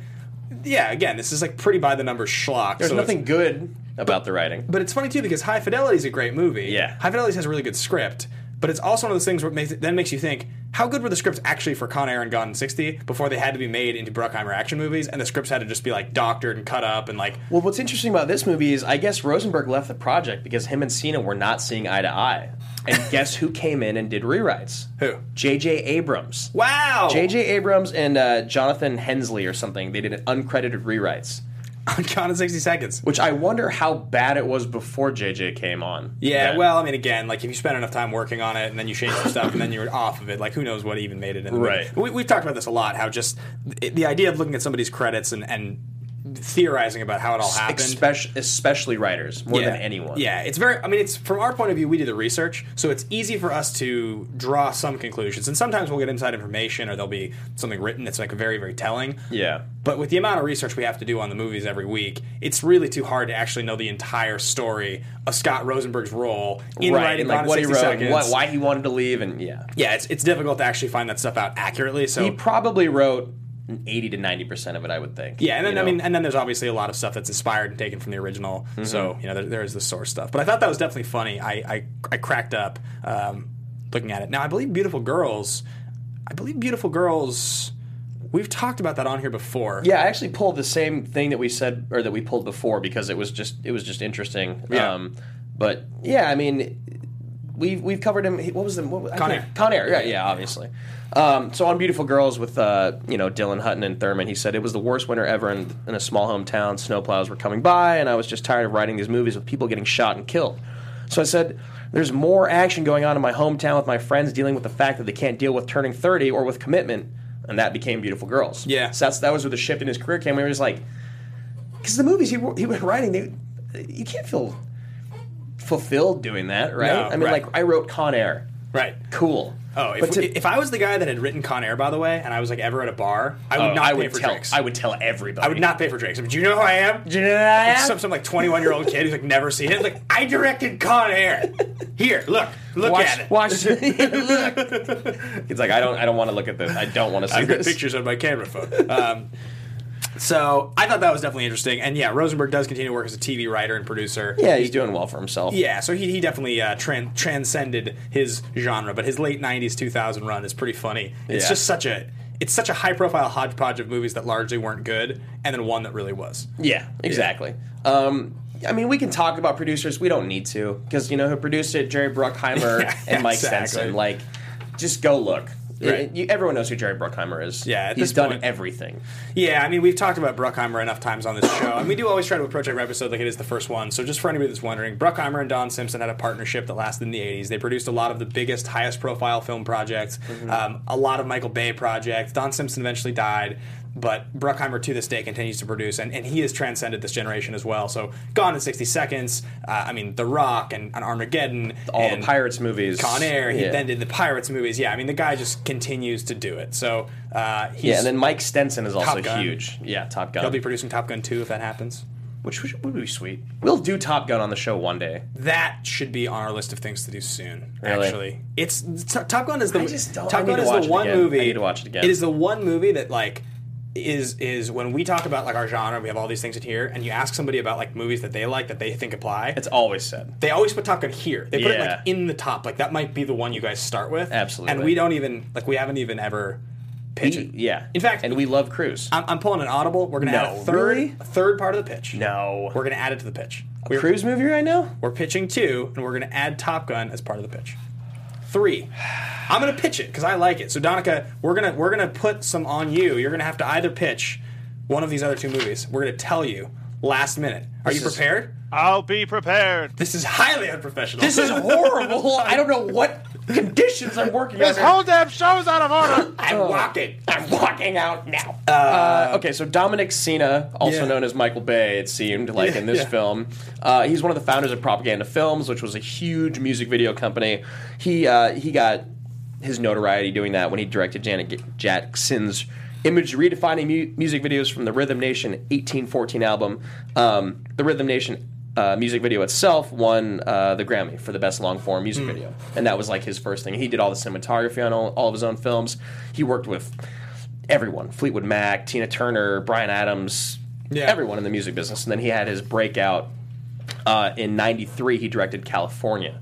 Speaker 1: yeah, again, this is like pretty by the numbers schlock.
Speaker 3: There's
Speaker 1: so it's-
Speaker 3: nothing good about the writing.
Speaker 1: but it's funny too because High Fidelity is a great movie.
Speaker 3: Yeah.
Speaker 1: High Fidelity has a really good script, but it's also one of those things where it makes, then makes you think how good were the scripts actually for Con Air and Gone in 60 before they had to be made into Bruckheimer action movies and the scripts had to just be like doctored and cut up and like
Speaker 3: Well, what's interesting about this movie is I guess Rosenberg left the project because him and Cena were not seeing eye to eye. And guess who came in and did rewrites?
Speaker 1: Who?
Speaker 3: J.J. Abrams.
Speaker 1: wow <laughs>
Speaker 3: J.J. Abrams and uh, Jonathan Hensley or something. They did an uncredited rewrites,
Speaker 1: Gone in 60 seconds
Speaker 3: which I wonder how bad it was before J.J. came on.
Speaker 1: Yeah, well, I mean, again, like if you spent enough time working on it and then you change some stuff and then
Speaker 3: <laughs>
Speaker 1: you're off of it, like who knows what even made it in? the movie.
Speaker 3: Right.
Speaker 1: We, we've talked about this a lot. How just the, the idea of looking at somebody's credits and and theorizing about how it all happened.
Speaker 3: Especially, especially writers more
Speaker 1: yeah.
Speaker 3: than anyone.
Speaker 1: Yeah, it's very. I mean, it's from our point of view, we do the research, so it's easy for us to draw some conclusions. And sometimes we'll get inside information, or there'll be something written that's like very, very telling.
Speaker 3: Yeah.
Speaker 1: But with the amount of research we have to do on the movies every week, it's really too hard to actually know the entire story of Scott Rosenberg's role in
Speaker 3: right.
Speaker 1: writing
Speaker 3: And
Speaker 1: Gone
Speaker 3: like
Speaker 1: in
Speaker 3: what he
Speaker 1: 60
Speaker 3: wrote, and
Speaker 1: seconds.
Speaker 3: what, why he wanted to leave, and yeah.
Speaker 1: Yeah, it's it's difficult to actually find that stuff out accurately. So
Speaker 3: He probably wrote eighty to ninety percent of it, I would think.
Speaker 1: Yeah, and then
Speaker 3: You
Speaker 1: I
Speaker 3: know?
Speaker 1: mean, and then there's obviously a lot of stuff that's inspired and taken from the original.
Speaker 3: Mm-hmm.
Speaker 1: So you know, there, there is the source stuff. But I thought that was definitely funny. I I, I cracked up um, looking at it. Now I believe Beautiful Girls. I believe Beautiful Girls. We've talked about that on here before.
Speaker 3: Yeah, I actually pulled the same thing that we said or that we pulled before because it was just it was just interesting.
Speaker 1: Yeah.
Speaker 3: Um, but yeah, I mean, we've we've covered him. he- What was the what, was- I
Speaker 1: Con
Speaker 3: can't-
Speaker 1: Air.
Speaker 3: Con Air, yeah, yeah, obviously. Um, so on Beautiful Girls with uh, you know Dylan Hutton and Thurman, he said it was the worst winter ever in, in a small hometown. Snowplows were coming by, and I was just tired of writing these movies with people getting shot and killed. So I said, "There's more action going on in my hometown with my friends dealing with the fact that they can't deal with turning 30 or with commitment." And that became Beautiful Girls.
Speaker 1: Yeah.
Speaker 3: So that's that was where the shift in his career came. Where he was like, because the movies he he was writing, they you can't feel fulfilled doing that, right?
Speaker 1: No,
Speaker 3: I mean,
Speaker 1: right.
Speaker 3: like I wrote Con Air,
Speaker 1: Right.
Speaker 3: cool.
Speaker 1: Oh, if,
Speaker 3: But to-
Speaker 1: if I was the guy that had written Con Air, by the way, and I was like ever at a bar, I would
Speaker 3: Oh,
Speaker 1: not
Speaker 3: I
Speaker 1: pay
Speaker 3: would
Speaker 1: for
Speaker 3: tell
Speaker 1: drinks.
Speaker 3: I would tell everybody.
Speaker 1: I would not pay for drinks. I mean, do you know who I am?
Speaker 3: Do you know who I
Speaker 1: It's
Speaker 3: am?
Speaker 1: Some, some like 21 year old kid who's like never seen it. Like I directed Con Air. Here, look, look
Speaker 3: watch.
Speaker 1: at it. <laughs>
Speaker 3: Watch. look. <laughs> It's like I don't. I don't want to look at this. I don't
Speaker 1: <laughs>
Speaker 3: want to see
Speaker 1: I've got
Speaker 3: this.
Speaker 1: pictures on my camera phone. Um, so I thought that was definitely interesting. And yeah, Rosenberg does continue to work as a TV writer and producer.
Speaker 3: Yeah, he's doing well for himself.
Speaker 1: Yeah, so he, he definitely uh, tran- transcended his genre, but his late '90s 2000 run is pretty funny. It's
Speaker 3: Yeah.
Speaker 1: just such a it's such a high profile hodgepodge of movies that largely weren't good, and then one that really was.
Speaker 3: Yeah, exactly. Um, I mean, we can talk about producers. We don't need to because you know who produced it: Jerry Bruckheimer
Speaker 1: <laughs> Yeah,
Speaker 3: and Mike
Speaker 1: exactly.
Speaker 3: Stenson. Like, just go look.
Speaker 1: Right.
Speaker 3: You- everyone knows who Jerry Bruckheimer is.
Speaker 1: Yeah, at
Speaker 3: he's
Speaker 1: this
Speaker 3: done
Speaker 1: point-
Speaker 3: everything.
Speaker 1: Yeah, I mean, we've talked about Bruckheimer enough times on this show, and we do always try to approach every episode like it is the first one. So, just for anybody that's wondering, Bruckheimer and Don Simpson had a partnership that lasted in the 80s. They produced a lot of the biggest, highest profile film projects,
Speaker 3: Mm-hmm.
Speaker 1: um, a lot of Michael Bay projects. Don Simpson eventually died. But Bruckheimer to this day continues to produce, and, and he has transcended this generation as well. So, Gone in 60 Seconds, uh, I mean, The Rock and, and Armageddon.
Speaker 3: All
Speaker 1: and-
Speaker 3: the Pirates movies,
Speaker 1: Con Air, he
Speaker 3: Yeah.
Speaker 1: then did the Pirates movies. Yeah, I mean, the guy just continues to do it. So, uh, he's,
Speaker 3: Yeah, and then Mike Stenson is also
Speaker 1: Top Gun.
Speaker 3: huge. Yeah, Top Gun.
Speaker 1: He'll be producing Top Gun 2 if that happens.
Speaker 3: which which would be sweet. We'll do Top Gun on the show one day.
Speaker 1: That should be on our list of things to do soon.
Speaker 3: Really?
Speaker 1: Actually, it's T- Top Gun is the
Speaker 3: I just don't- I
Speaker 1: Top Gun
Speaker 3: need to
Speaker 1: is
Speaker 3: watch
Speaker 1: the
Speaker 3: it
Speaker 1: one
Speaker 3: again.
Speaker 1: movie.
Speaker 3: I need to watch it again.
Speaker 1: It is the one movie that like is is when we talk about like our genre, we have all these things in here, and you ask somebody about like movies that they like that they think apply.
Speaker 3: It's always said.
Speaker 1: they always put Top Gun here. They put it
Speaker 3: Yeah.
Speaker 1: like in the top. Like that might be the one you guys start with.
Speaker 3: Absolutely.
Speaker 1: And we don't even like we haven't even ever pitched
Speaker 3: We-
Speaker 1: it.
Speaker 3: yeah.
Speaker 1: In fact,
Speaker 3: and we love Cruise.
Speaker 1: I'm, I'm pulling an audible. We're gonna
Speaker 3: No,
Speaker 1: add a third
Speaker 3: really?
Speaker 1: a third part of the pitch.
Speaker 3: no,
Speaker 1: We're gonna add it to the pitch.
Speaker 3: a Cruise movie right now.
Speaker 1: We're pitching two, and we're going to add Top Gun as part of the pitch. Three, I'm going to pitch it because I like it. So Donica, we're gonna we're gonna put some on you. You're going to have to either pitch one of these other two movies. We're going to tell you last minute. Are you
Speaker 3: This is-
Speaker 1: prepared?
Speaker 4: I'll be prepared.
Speaker 1: This is highly unprofessional.
Speaker 3: This is horrible. <laughs> I don't know what conditions I'm working
Speaker 4: This
Speaker 3: under.
Speaker 4: whole damn show's out of order.
Speaker 1: I'm
Speaker 3: Oh.
Speaker 1: walking.
Speaker 3: I'm walking out now. Uh, okay, so Dominic Cena, also
Speaker 1: Yeah.
Speaker 3: known as Michael Bay, it seemed like
Speaker 1: Yeah,
Speaker 3: in this
Speaker 1: yeah.
Speaker 3: film, uh, he's one of the founders of Propaganda Films, which was a huge music video company. He uh, he got his notoriety doing that when he directed Janet G- Jackson's image redefining mu- music videos from the Rhythm Nation 1814 album. Um, the Rhythm Nation. Uh, music video itself won uh, the Grammy for the best long form music
Speaker 1: Hmm.
Speaker 3: video, and that was like his first thing. He did all the cinematography on all, all of his own films. He worked with everyone Fleetwood Mac, Tina Turner, Brian Adams,
Speaker 1: Yeah.
Speaker 3: everyone in the music business. And then he had his breakout uh, in '93. He directed California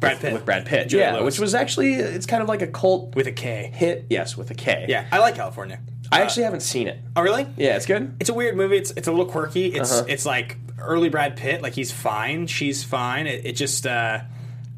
Speaker 1: Brad
Speaker 3: with,
Speaker 1: Pitt.
Speaker 3: with Brad Pitt,
Speaker 1: Julia
Speaker 3: yeah,
Speaker 1: Lewis.
Speaker 3: which was actually it's kind of like a cult
Speaker 1: With a K.
Speaker 3: hit. Yes, with a K.
Speaker 1: Yeah, I like California.
Speaker 3: I actually haven't seen it.
Speaker 1: Oh really?
Speaker 3: Yeah, it's good.
Speaker 1: It's a weird movie. It's it's a little quirky. It's
Speaker 3: Uh-huh.
Speaker 1: it's like early Brad Pitt. Like he's fine, she's fine. It, it just uh,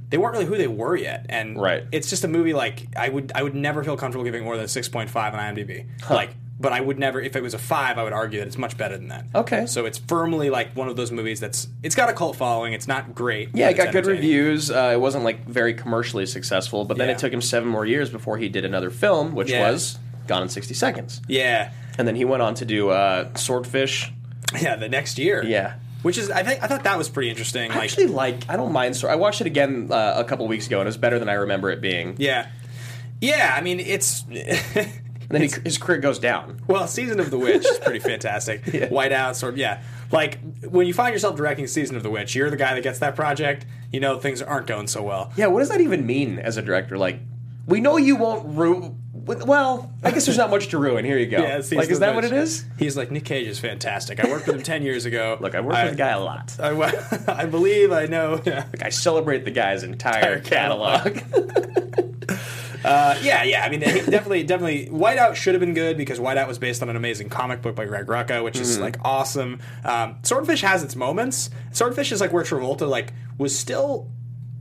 Speaker 1: they weren't really who they were yet, and
Speaker 3: Right.
Speaker 1: It's just a movie like I would I would never feel comfortable giving more than a six point five on IMDb. Like, but I would never if it was a five, I would argue that it's much better than that.
Speaker 3: Okay.
Speaker 1: so it's firmly like one of those movies that's it's got a cult following. It's not great.
Speaker 3: Yeah,
Speaker 1: but
Speaker 3: it got
Speaker 1: it's
Speaker 3: good
Speaker 1: entertaining.
Speaker 3: reviews. Uh, it wasn't like very commercially successful, but then
Speaker 1: Yeah.
Speaker 3: it took him seven more years before he did another film, which
Speaker 1: Yeah.
Speaker 3: was Gone in 60 Seconds.
Speaker 1: Yeah, <laughs>
Speaker 3: And then he went on to do uh, Swordfish.
Speaker 1: yeah. The next year.
Speaker 3: Yeah.
Speaker 1: Which is I think I thought that was pretty interesting.
Speaker 3: I
Speaker 1: like
Speaker 3: actually like. I don't mind. So I watched it again uh, a couple weeks ago, and it was better than I remember it being.
Speaker 1: yeah, yeah. I mean it's.
Speaker 3: And then he, his career goes down.
Speaker 1: Well, Season of the Witch is pretty
Speaker 3: <laughs>
Speaker 1: fantastic. Whiteout, sort of, yeah. Like when you find yourself directing Season of the Witch, you're the guy that gets that project. You know things aren't going so well. Uh,
Speaker 3: Yeah. What does that even mean as a director? Like, we know you won't ru- Well, I guess there's not much to ruin. Here you go.
Speaker 1: <laughs> Yeah,
Speaker 3: like, is that what it is?
Speaker 1: He's like Nick Cage is fantastic. I worked with him ten years ago.
Speaker 3: Look, I work with the guy a lot.
Speaker 1: I, <laughs> I believe I know.
Speaker 3: Like, I celebrate the guy's entire catalog. <laughs>
Speaker 1: Uh, yeah, yeah. I mean, they- definitely, definitely. Whiteout should have been good because Whiteout was based on an amazing comic book by Greg Rucka, which
Speaker 3: Mm-hmm.
Speaker 1: is like awesome. Um, Swordfish has its moments. Swordfish is like where Travolta like was still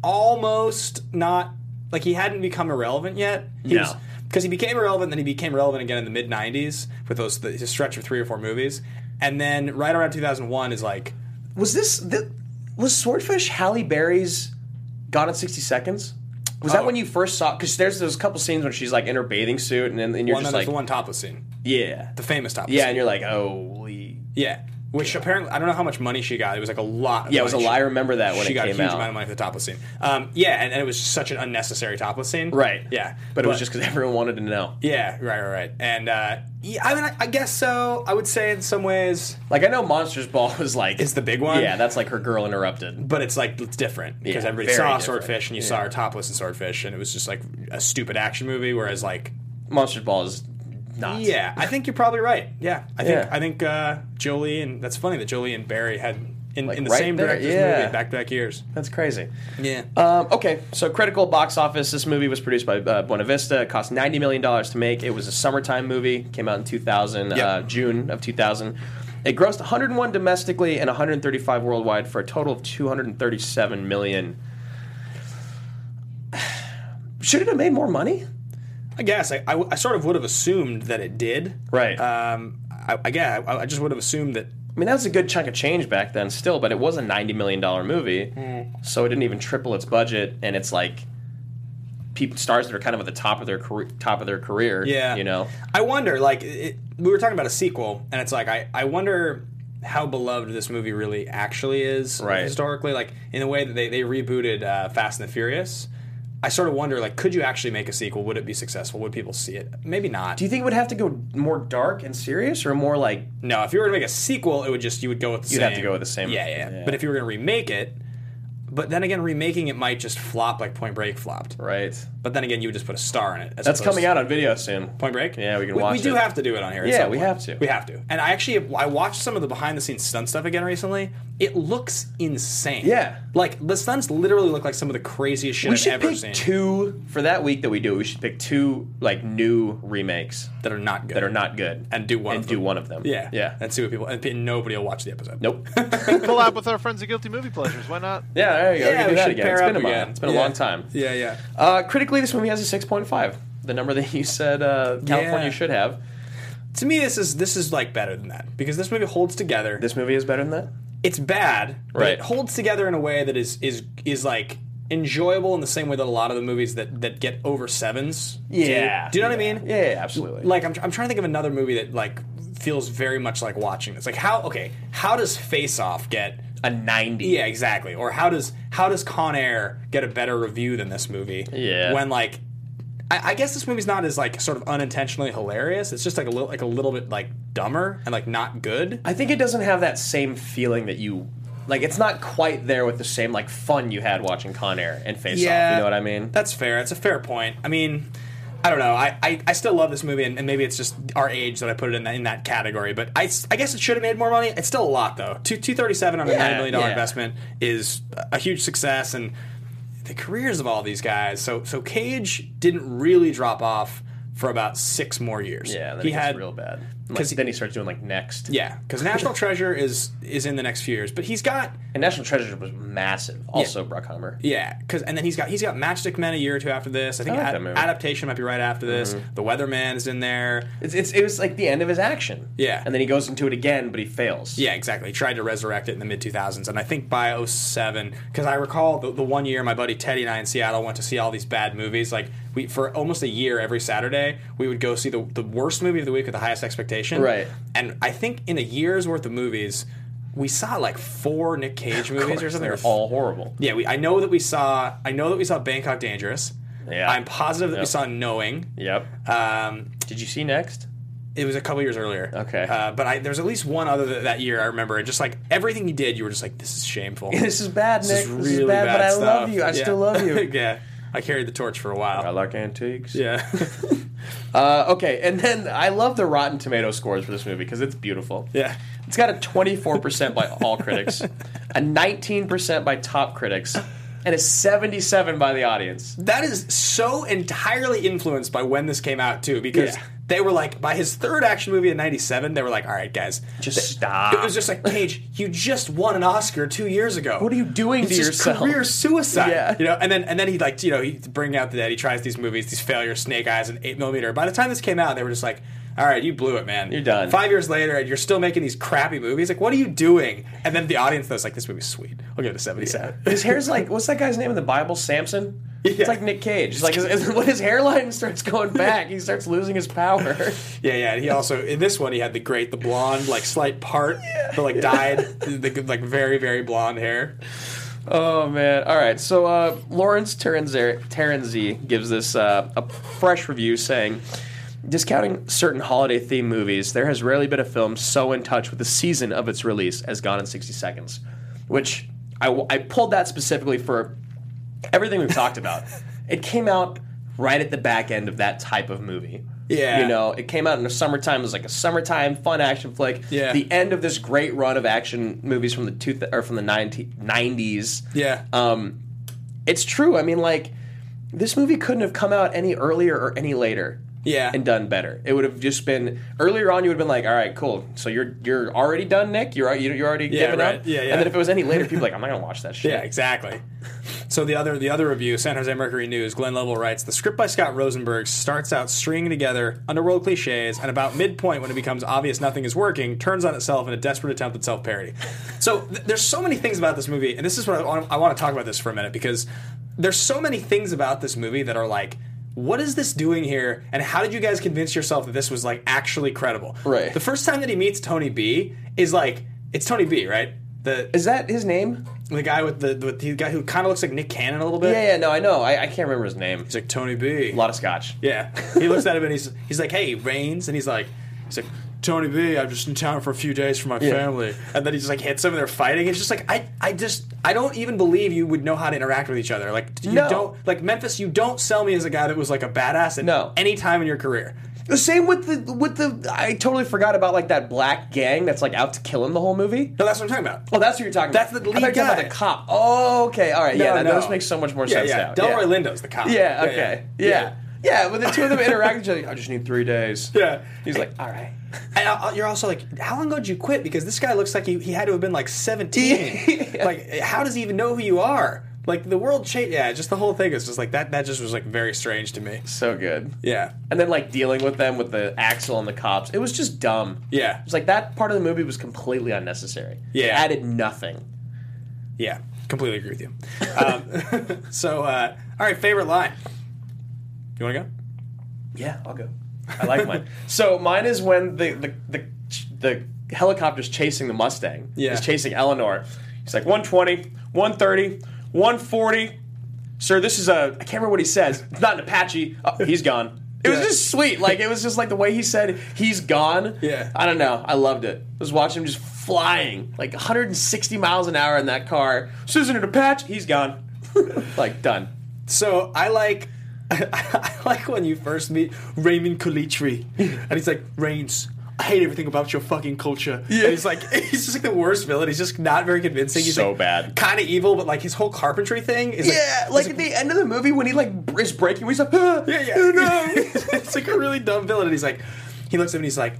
Speaker 1: almost not like he hadn't become irrelevant yet. He
Speaker 3: No.
Speaker 1: because he became irrelevant, then he became relevant again in the mid '90s with those the, his stretch of three or four movies, and then right around 2001 is like
Speaker 3: was this the, was Swordfish Halle Berry's "Gone in 60 Seconds"? Was that
Speaker 1: Oh.
Speaker 3: when you first saw? Because there's those couple scenes when she's like in her bathing suit, and then and you're
Speaker 1: well, and then
Speaker 3: just
Speaker 1: there's
Speaker 3: like,
Speaker 1: the one topless scene,
Speaker 3: yeah,
Speaker 1: the famous topless.
Speaker 3: yeah,
Speaker 1: scene.
Speaker 3: and you're like, holy,
Speaker 1: Yeah. Which apparently I don't know how much money she got. It was like a lot. Of
Speaker 3: yeah, it was a
Speaker 1: money.
Speaker 3: lie. I remember that when
Speaker 1: she
Speaker 3: it
Speaker 1: got
Speaker 3: came
Speaker 1: a huge
Speaker 3: out.
Speaker 1: amount of money for the topless scene. Um, yeah, and, and it was such an unnecessary topless scene.
Speaker 3: Right.
Speaker 1: Yeah,
Speaker 3: But, it was just because everyone wanted to know.
Speaker 1: Yeah, right, right, right. And uh, yeah, I mean, I, I guess so. I would say in some ways,
Speaker 3: Like I know Monsters Ball was like
Speaker 1: It's the big one?
Speaker 3: Yeah, that's like her girl interrupted.
Speaker 1: but it's like it's different because
Speaker 3: Yeah,
Speaker 1: everybody
Speaker 3: very
Speaker 1: saw
Speaker 3: different.
Speaker 1: Swordfish and you saw her topless in Swordfish, and it was just like a stupid action movie. Whereas like,
Speaker 3: Monsters Ball is not.
Speaker 1: yeah, I think you're probably right. Yeah, I think
Speaker 3: Yeah.
Speaker 1: I think uh, Jolie and that's funny that Jolie and Barry had in,
Speaker 3: Like,
Speaker 1: in the
Speaker 3: right
Speaker 1: same
Speaker 3: there,
Speaker 1: director's
Speaker 3: yeah.
Speaker 1: movie back to back years.
Speaker 3: that's crazy.
Speaker 1: Yeah.
Speaker 3: Um, okay, so critical box office. This movie was produced by uh, Buena Vista. It cost ninety million dollars to make. It was a summertime movie. Came out in two thousand, uh,
Speaker 1: Yep.
Speaker 3: June of two thousand. It grossed one hundred and one domestically and one hundred and thirty-five worldwide for a total of two hundred and thirty-seven million. <sighs> Should it have made more money?
Speaker 1: I guess I, I w- I sort of would have assumed that it did.
Speaker 3: Right.
Speaker 1: Um, I, I guess I, I just would have assumed that.
Speaker 3: I mean, that was a good chunk of change back then, still, but it was a ninety million dollar movie,
Speaker 1: Hmm.
Speaker 3: so it didn't even triple its budget, and it's like people stars that are kind of at the top of their career, top of their career.
Speaker 1: Yeah.
Speaker 3: you know.
Speaker 1: I wonder. Like it, we were talking about a sequel, and it's like I, I wonder how beloved this movie really actually is
Speaker 3: Right.
Speaker 1: historically. Like in the way that they they rebooted uh, Fast and the Furious. I sort of wonder, like, could you actually make a sequel? Would it be successful? Would people see it? Maybe not.
Speaker 3: Do you think it would have to go more dark and serious, or more like
Speaker 1: no, if you were to make a sequel, it would just you would go with the
Speaker 3: You'd
Speaker 1: same.
Speaker 3: have to go with the same-
Speaker 1: Yeah, yeah,
Speaker 3: yeah.
Speaker 1: But if you were going to remake it, but then again, remaking it might just flop like Point Break flopped.
Speaker 3: right?
Speaker 1: But then again, you would just put a star in it. as
Speaker 3: That's
Speaker 1: opposed
Speaker 3: coming
Speaker 1: to-
Speaker 3: out on video soon.
Speaker 1: Point Break.
Speaker 3: Yeah, we can
Speaker 1: we,
Speaker 3: watch.
Speaker 1: We do
Speaker 3: it.
Speaker 1: have to do it on here. at
Speaker 3: Yeah,
Speaker 1: some
Speaker 3: we
Speaker 1: point.
Speaker 3: have to.
Speaker 1: We have to. And I actually I watched some of the behind the scenes stunt stuff again recently. It looks insane.
Speaker 3: Yeah.
Speaker 1: like the stunts literally look like some of the craziest shit
Speaker 3: We
Speaker 1: I've
Speaker 3: should
Speaker 1: ever
Speaker 3: pick
Speaker 1: seen.
Speaker 3: two for that week that we do. We should pick two like new remakes
Speaker 1: that are not good.
Speaker 3: that are not good
Speaker 1: And do one
Speaker 3: and
Speaker 1: of
Speaker 3: do
Speaker 1: them.
Speaker 3: one of them.
Speaker 1: Yeah,
Speaker 3: yeah.
Speaker 1: And see what people and pe- nobody will watch the episode.
Speaker 3: nope. <laughs>
Speaker 4: Collab with our friends at Guilty Movie Pleasures. Why not?
Speaker 3: Yeah, there you go.
Speaker 1: Yeah,
Speaker 3: we can do
Speaker 1: we
Speaker 3: that
Speaker 1: should
Speaker 3: again.
Speaker 1: pair
Speaker 3: It's been a
Speaker 1: up again.
Speaker 3: month. It's been a
Speaker 1: Yeah.
Speaker 3: long time.
Speaker 1: Yeah, yeah.
Speaker 3: Uh, critically, this movie has a six point five, the number that you said uh, California
Speaker 1: Yeah.
Speaker 3: should have.
Speaker 1: To me, this is this is like better than that because this movie holds together.
Speaker 3: This movie is better than that.
Speaker 1: it's bad, but
Speaker 3: Right.
Speaker 1: it holds together in a way that is is is like enjoyable in the same way that a lot of the movies that that get over sevens. do. do you know what I
Speaker 3: Yeah.
Speaker 1: mean?
Speaker 3: Yeah, absolutely.
Speaker 1: Like I'm, I'm trying to think of another movie that like feels very much like watching this. Like how okay, how does Face Off get?
Speaker 3: a ninety.
Speaker 1: Yeah, exactly. Or how does how does Con Air get a better review than this movie?
Speaker 3: Yeah.
Speaker 1: When like, I, I guess this movie's not as like sort of unintentionally hilarious. It's just like a little like a little bit like dumber and like not good.
Speaker 3: I think it doesn't have that same feeling that you like. It's not quite there with the same like fun you had watching Con Air and Face Off. You know what I mean?
Speaker 1: That's fair. It's a fair point. I mean, I don't know. I, I, I still love this movie, and, and maybe it's just our age that I put it in that, in that category. But I, s- I guess it should have made more money. It's still a lot though. Two two thirty seven on a
Speaker 3: Yeah,
Speaker 1: nine million dollar
Speaker 3: yeah.
Speaker 1: investment is a huge success, and the careers of all these guys. So so Cage didn't really drop off for about six more years.
Speaker 3: yeah, then
Speaker 1: he
Speaker 3: it gets
Speaker 1: had
Speaker 3: real bad. Like,
Speaker 1: 'cause he-
Speaker 3: then he starts doing like next.
Speaker 1: yeah because
Speaker 3: <laughs>
Speaker 1: National Treasure is is in the next few years, but he's got.
Speaker 3: and National Treasure was massive. Also, Bruckheimer.
Speaker 1: Yeah, because and then he's got he's got Matchstick Men a year or two after this. I think
Speaker 3: I like
Speaker 1: ad-
Speaker 3: that movie. Mm-hmm.
Speaker 1: adaptation might be right after this. The Weatherman is in there.
Speaker 3: It's, it's it was like the end of his action.
Speaker 1: Yeah.
Speaker 3: and then he goes into it again, but he fails.
Speaker 1: Yeah, exactly. He tried to resurrect it in the mid 2000s, and I think by 07, because I recall the, the one year my buddy Teddy and I in Seattle went to see all these bad movies. Like we for almost a year every Saturday, we would go see the the worst movie of the week with the highest expectation.
Speaker 3: Right.
Speaker 1: And I think in a year's worth of movies, we saw like four Nick Cage
Speaker 3: Of
Speaker 1: movies or
Speaker 3: course,
Speaker 1: something.
Speaker 3: they're
Speaker 1: or
Speaker 3: all horrible.
Speaker 1: Yeah, we, I know that we saw. I know that we saw Bangkok Dangerous.
Speaker 3: Yeah.
Speaker 1: I'm positive that we
Speaker 3: Yep.
Speaker 1: saw Knowing.
Speaker 3: Yep.
Speaker 1: Um,
Speaker 3: Did you see next?
Speaker 1: it was a couple years earlier.
Speaker 3: Okay.
Speaker 1: Uh, but I, there was at least one other that, that year I remember. And just like everything you
Speaker 3: <laughs> <coughs>
Speaker 1: did, you were just like, this is shameful.
Speaker 3: This is bad, Nick. This is,
Speaker 1: really
Speaker 3: bad, but I
Speaker 1: stuff.
Speaker 3: love you. I
Speaker 1: Yeah.
Speaker 3: still love you.
Speaker 1: <laughs> yeah. I carried the torch for a while.
Speaker 3: <laughs> I like
Speaker 1: <laughs>
Speaker 3: antiques.
Speaker 1: Yeah. <laughs>
Speaker 3: Uh, okay, and then I love the Rotten Tomato scores for this movie because it's beautiful.
Speaker 1: Yeah.
Speaker 3: It's got a 24% by
Speaker 1: <laughs>
Speaker 3: all critics, a 19% by top critics, and a 77 by the audience.
Speaker 1: That is so entirely influenced by when this came out too, because
Speaker 3: Yeah.
Speaker 1: they were like, by his third action movie in '97, they were like, "All right, guys,
Speaker 3: Just
Speaker 1: Th-
Speaker 3: stop.
Speaker 1: It was just like, Cage, you just won an Oscar two years ago.
Speaker 3: Um, What are you doing
Speaker 1: it's
Speaker 3: to
Speaker 1: just
Speaker 3: yourself?"
Speaker 1: Career suicide.
Speaker 3: Yeah.
Speaker 1: you know. And then and then he like, you know, he bring out that he tries these movies, these failures, Snake Eyes, and Eight Millimeter. By the time this came out, they were just like. All right, you blew it, man.
Speaker 3: You're done.
Speaker 1: Five years later, and you're still making these crappy movies. Like, what are you doing? And then the audience was like, "This movie's sweet. I'll give it a 77."
Speaker 3: <laughs> His hair's like, what's that guy's name in the Bible? Samson?
Speaker 1: Yeah.
Speaker 3: It's like Nick
Speaker 1: <laughs>
Speaker 3: Cage. It's like <laughs> his, when his hairline starts going back, he starts losing his power. <laughs>
Speaker 1: Yeah, yeah. and He also in this one he had the great, the blonde, like slight part, the like
Speaker 3: <laughs>
Speaker 1: dyed, the good, like very, very blonde hair.
Speaker 3: Oh man! All right, so uh, Lawrence Terenzi Terenzi gives this uh, a fresh review saying, discounting certain holiday themed movies, there has rarely been a film so in touch with the season of its release as Gone in sixty seconds, which I, w- I pulled that specifically for everything we've
Speaker 1: <laughs>
Speaker 3: talked about. It came out right at the back end of that type of movie.
Speaker 1: Yeah.
Speaker 3: you know, it came out in the summertime. It was like a summertime fun action flick.
Speaker 1: Yeah.
Speaker 3: the end of this great run of action movies from the two or from the 90, 90s.
Speaker 1: Yeah,
Speaker 3: Um, it's true. I mean, like, this movie couldn't have come out any earlier or any later.
Speaker 1: Yeah.
Speaker 3: And done better. It would have just been earlier on. You would have been like, "All right, cool. So you're you're already done, Nick. You're al- you're already
Speaker 1: Yeah,
Speaker 3: given
Speaker 1: right.
Speaker 3: up."
Speaker 1: Yeah, yeah.
Speaker 3: And then if it was any later,
Speaker 1: <laughs>
Speaker 3: people are like, "I'm not gonna watch that shit."
Speaker 1: yeah, exactly. So the other the other review, San Jose Mercury News, Glenn Lovell writes, the script by Scott Rosenberg starts out stringing together underworld cliches, and about midpoint when it becomes obvious nothing is working, turns on itself in a desperate attempt at self parody. So th- there's so many things about this movie, and this is what I, want- I want to talk about this for a minute because there's so many things about this movie that are like. What is this doing here? And how did you guys convince yourself that this was like actually credible?
Speaker 3: Right.
Speaker 1: The first time that he meets Tony B is like it's Tony B, right? The
Speaker 3: Is that his name?
Speaker 1: the guy with the with the guy who kind of looks like Nick Cannon a little bit.
Speaker 3: Yeah, yeah. No, I know. I, I can't remember his name.
Speaker 1: He's like Tony B.
Speaker 3: A lot of scotch. <laughs>
Speaker 1: yeah. He looks at him and he's he's like, "Hey, Reigns," and he's like, he's like. Tony B, I'm just in town for a few days for my family, and then he just like hits him and they're fighting. It's just like I, I just, I don't even believe you would know how to interact with each other. Like you
Speaker 3: No.
Speaker 1: don't, like Memphis, you don't sell me as a guy that was like a badass at
Speaker 3: No.
Speaker 1: any time in your career.
Speaker 3: The same with the with the. I totally forgot about like that black gang that's like out to kill him the whole movie.
Speaker 1: No, that's what I'm talking about.
Speaker 3: Oh, that's what you're talking
Speaker 1: That's
Speaker 3: about.
Speaker 1: the
Speaker 3: I thought you were
Speaker 1: lead
Speaker 3: talking
Speaker 1: guy.
Speaker 3: about the cop. Oh, okay. All right. yeah, that,
Speaker 1: no.
Speaker 3: this makes so much more
Speaker 1: Yeah,
Speaker 3: sense
Speaker 1: yeah.
Speaker 3: now.
Speaker 1: Delroy
Speaker 3: yeah.
Speaker 1: Lindo's the cop.
Speaker 3: Yeah, okay. Yeah. Yeah. when the two of them interact with each other, I just need three days.
Speaker 1: Yeah.
Speaker 3: He's like, all right.
Speaker 1: And I- I- you're also like, how long ago did you quit? Because this guy looks like he, he had to have been like 17. <laughs> Like, how does he even know who you are? Like, the world changed. Yeah, just the whole thing is just like that. That just was like very strange to me.
Speaker 3: So good.
Speaker 1: Yeah.
Speaker 3: And then, like, dealing with them with the Axel and the cops, it was just dumb.
Speaker 1: Yeah.
Speaker 3: It was like that part of the movie was completely unnecessary. It
Speaker 1: Yeah.
Speaker 3: added nothing.
Speaker 1: Yeah. Completely agree with you. Um, <laughs> so, uh, all right, favorite line. You want to go?
Speaker 3: Yeah, I'll go. I like
Speaker 1: <laughs>
Speaker 3: mine. so mine is when the the the, the helicopter's chasing the Mustang.
Speaker 1: Yeah.
Speaker 3: It's chasing Eleanor. He's like 120, 130, 140. Sir, this is a I can't remember what he says. It's not an Apache. Oh, he's gone. It was
Speaker 1: Yeah.
Speaker 3: just sweet. Like it was just like the way he said he's gone.
Speaker 1: Yeah.
Speaker 3: I don't know. I loved it. I was watching him just flying like 160 miles an hour in that car. This isn't an Apache. He's gone. <laughs> like done.
Speaker 1: So I like <laughs> I like when you first meet Raymond Colitre, and he's like Reigns. I hate everything about your fucking culture. Yeah, and he's like <laughs> he's just like the worst villain. He's just not very convincing. He's
Speaker 3: So
Speaker 1: like,
Speaker 3: bad.
Speaker 1: kind of evil, but like his whole carpentry thing is
Speaker 3: Yeah, like at the end of the movie when he like br- is breaking, he's like, ah,
Speaker 1: <laughs> yeah, yeah.
Speaker 3: oh,
Speaker 1: <laughs>
Speaker 3: no.
Speaker 1: it's like a really dumb villain. And he's like, he looks at him and he's like,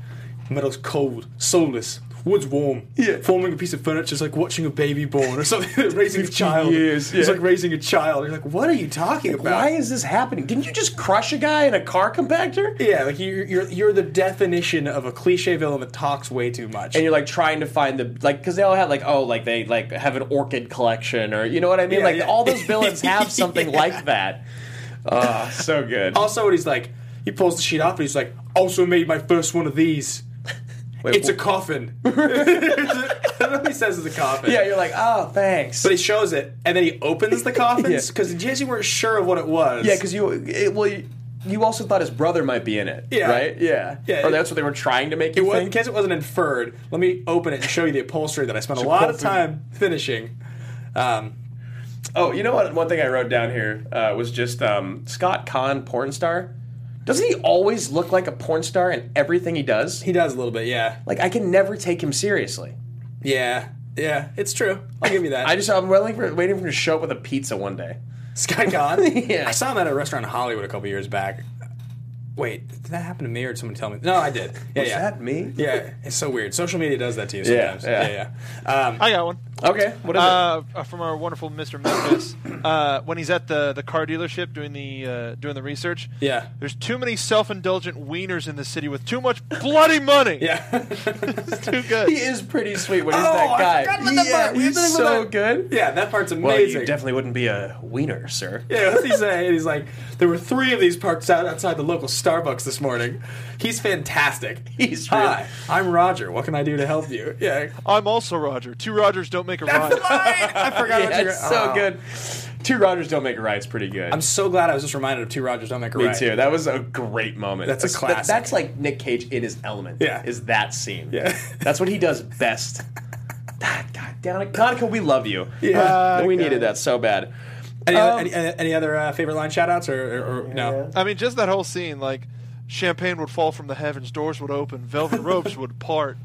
Speaker 1: metal's cold, soulless, wood's warm.
Speaker 3: Yeah.
Speaker 1: Forming a piece of furniture is like watching a baby born or something. <laughs> raising a child.
Speaker 3: years,
Speaker 1: It's
Speaker 3: yeah.
Speaker 1: like raising a child. You're like, what are you talking about?
Speaker 3: Why is this happening? Didn't you just crush a guy in a car compactor?
Speaker 1: Yeah, like you're you're you're the definition of a cliche villain that talks way too much.
Speaker 3: And you're like trying to find the like because they all have like oh like they like have an orchid collection or you know what I mean
Speaker 1: Yeah,
Speaker 3: like
Speaker 1: yeah.
Speaker 3: all those
Speaker 1: <laughs>
Speaker 3: villains have something like that.
Speaker 1: Oh,
Speaker 3: Ah, so good.
Speaker 1: also, when he's like, he pulls the sheet off and he's like, "Also made my first one of
Speaker 3: <laughs>
Speaker 1: these. it's a coffin." <laughs> That's what he says is a coffin.
Speaker 3: yeah, you're like oh thanks.
Speaker 1: but he shows it and then he opens the coffins
Speaker 3: <laughs> Yeah.
Speaker 1: because in case you weren't sure of what it was.
Speaker 3: yeah, because you it, well you, you also thought his brother might be in it.
Speaker 1: Yeah.
Speaker 3: right. Yeah,
Speaker 1: Yeah,
Speaker 3: Or
Speaker 1: it-
Speaker 3: that's what they were trying to make
Speaker 1: It
Speaker 3: you
Speaker 1: was, in
Speaker 3: think.
Speaker 1: case it wasn't inferred, let me open it and show you the upholstery that I spent a lot of
Speaker 3: coffin.
Speaker 1: time finishing. Um,
Speaker 3: Oh, you know what? One thing I wrote down here uh, was just um, Scott Kahn, porn star. Doesn't he always look like a porn star in everything he does?
Speaker 1: He does a little bit, yeah.
Speaker 3: Like I can never take him seriously.
Speaker 1: Yeah, yeah, it's true. I'll give you that.
Speaker 3: I just I'm waiting for waiting for him to show up with a pizza one day.
Speaker 1: Sky Khan?
Speaker 3: <laughs> Yeah.
Speaker 1: I saw him at a restaurant in Hollywood a couple years back. Wait, did that happen to me or did someone tell me? No, I did. Yeah,
Speaker 3: Is
Speaker 1: yeah.
Speaker 3: that me?
Speaker 1: Yeah, it's so weird. Social media does that to you
Speaker 3: Yeah,
Speaker 1: sometimes.
Speaker 3: yeah.
Speaker 1: yeah. yeah. Um,
Speaker 4: I got one.
Speaker 3: Okay, what is
Speaker 4: uh, from our wonderful Mr. Memphis. uh, when he's at the, the car dealership doing the uh, doing the research.
Speaker 1: Yeah.
Speaker 4: There's too many self-indulgent wieners in the city with too much bloody money.
Speaker 1: yeah. <laughs>
Speaker 4: It's too
Speaker 3: it? He
Speaker 4: good.
Speaker 3: is pretty sweet when he's
Speaker 1: Oh,
Speaker 3: that
Speaker 1: I
Speaker 3: guy.
Speaker 1: forgot about that
Speaker 3: yeah,
Speaker 1: part. We had
Speaker 3: he's
Speaker 1: to think about
Speaker 3: so
Speaker 1: that.
Speaker 3: good.
Speaker 1: yeah, that part's amazing.
Speaker 3: Well, you definitely wouldn't be a wiener, sir.
Speaker 1: Yeah, what's he say? And he's like, there were three of these parked out outside the local Starbucks this morning. He's fantastic.
Speaker 3: He's really-
Speaker 1: hi. I'm Roger. What can I do to help you? Yeah,
Speaker 4: I'm also Roger. Two Rogers don't make a
Speaker 1: that's the
Speaker 4: Ryan.
Speaker 1: line. I forgot.
Speaker 3: <laughs> Yeah,
Speaker 1: about you.
Speaker 3: it's so
Speaker 1: Oh.
Speaker 3: good. Two Rogers don't make a right's pretty good.
Speaker 1: I'm so glad I was just reminded of two Rogers. Don't make a
Speaker 3: Me
Speaker 1: right.
Speaker 3: too. That was a great moment.
Speaker 1: That's a
Speaker 3: that-
Speaker 1: classic.
Speaker 3: that's like Nick Cage in his element.
Speaker 1: Yeah.
Speaker 3: Is that scene.
Speaker 1: Yeah.
Speaker 3: That's what he does best. God, God damn it. Conica, we love you.
Speaker 1: Yeah.
Speaker 3: Uh, we needed that so bad.
Speaker 1: Any,
Speaker 3: Um,
Speaker 1: other, any, any other uh, favorite line shout outs or, or, or no?
Speaker 4: I mean, just that whole scene, like champagne would fall from the heavens, doors would open, velvet ropes would part.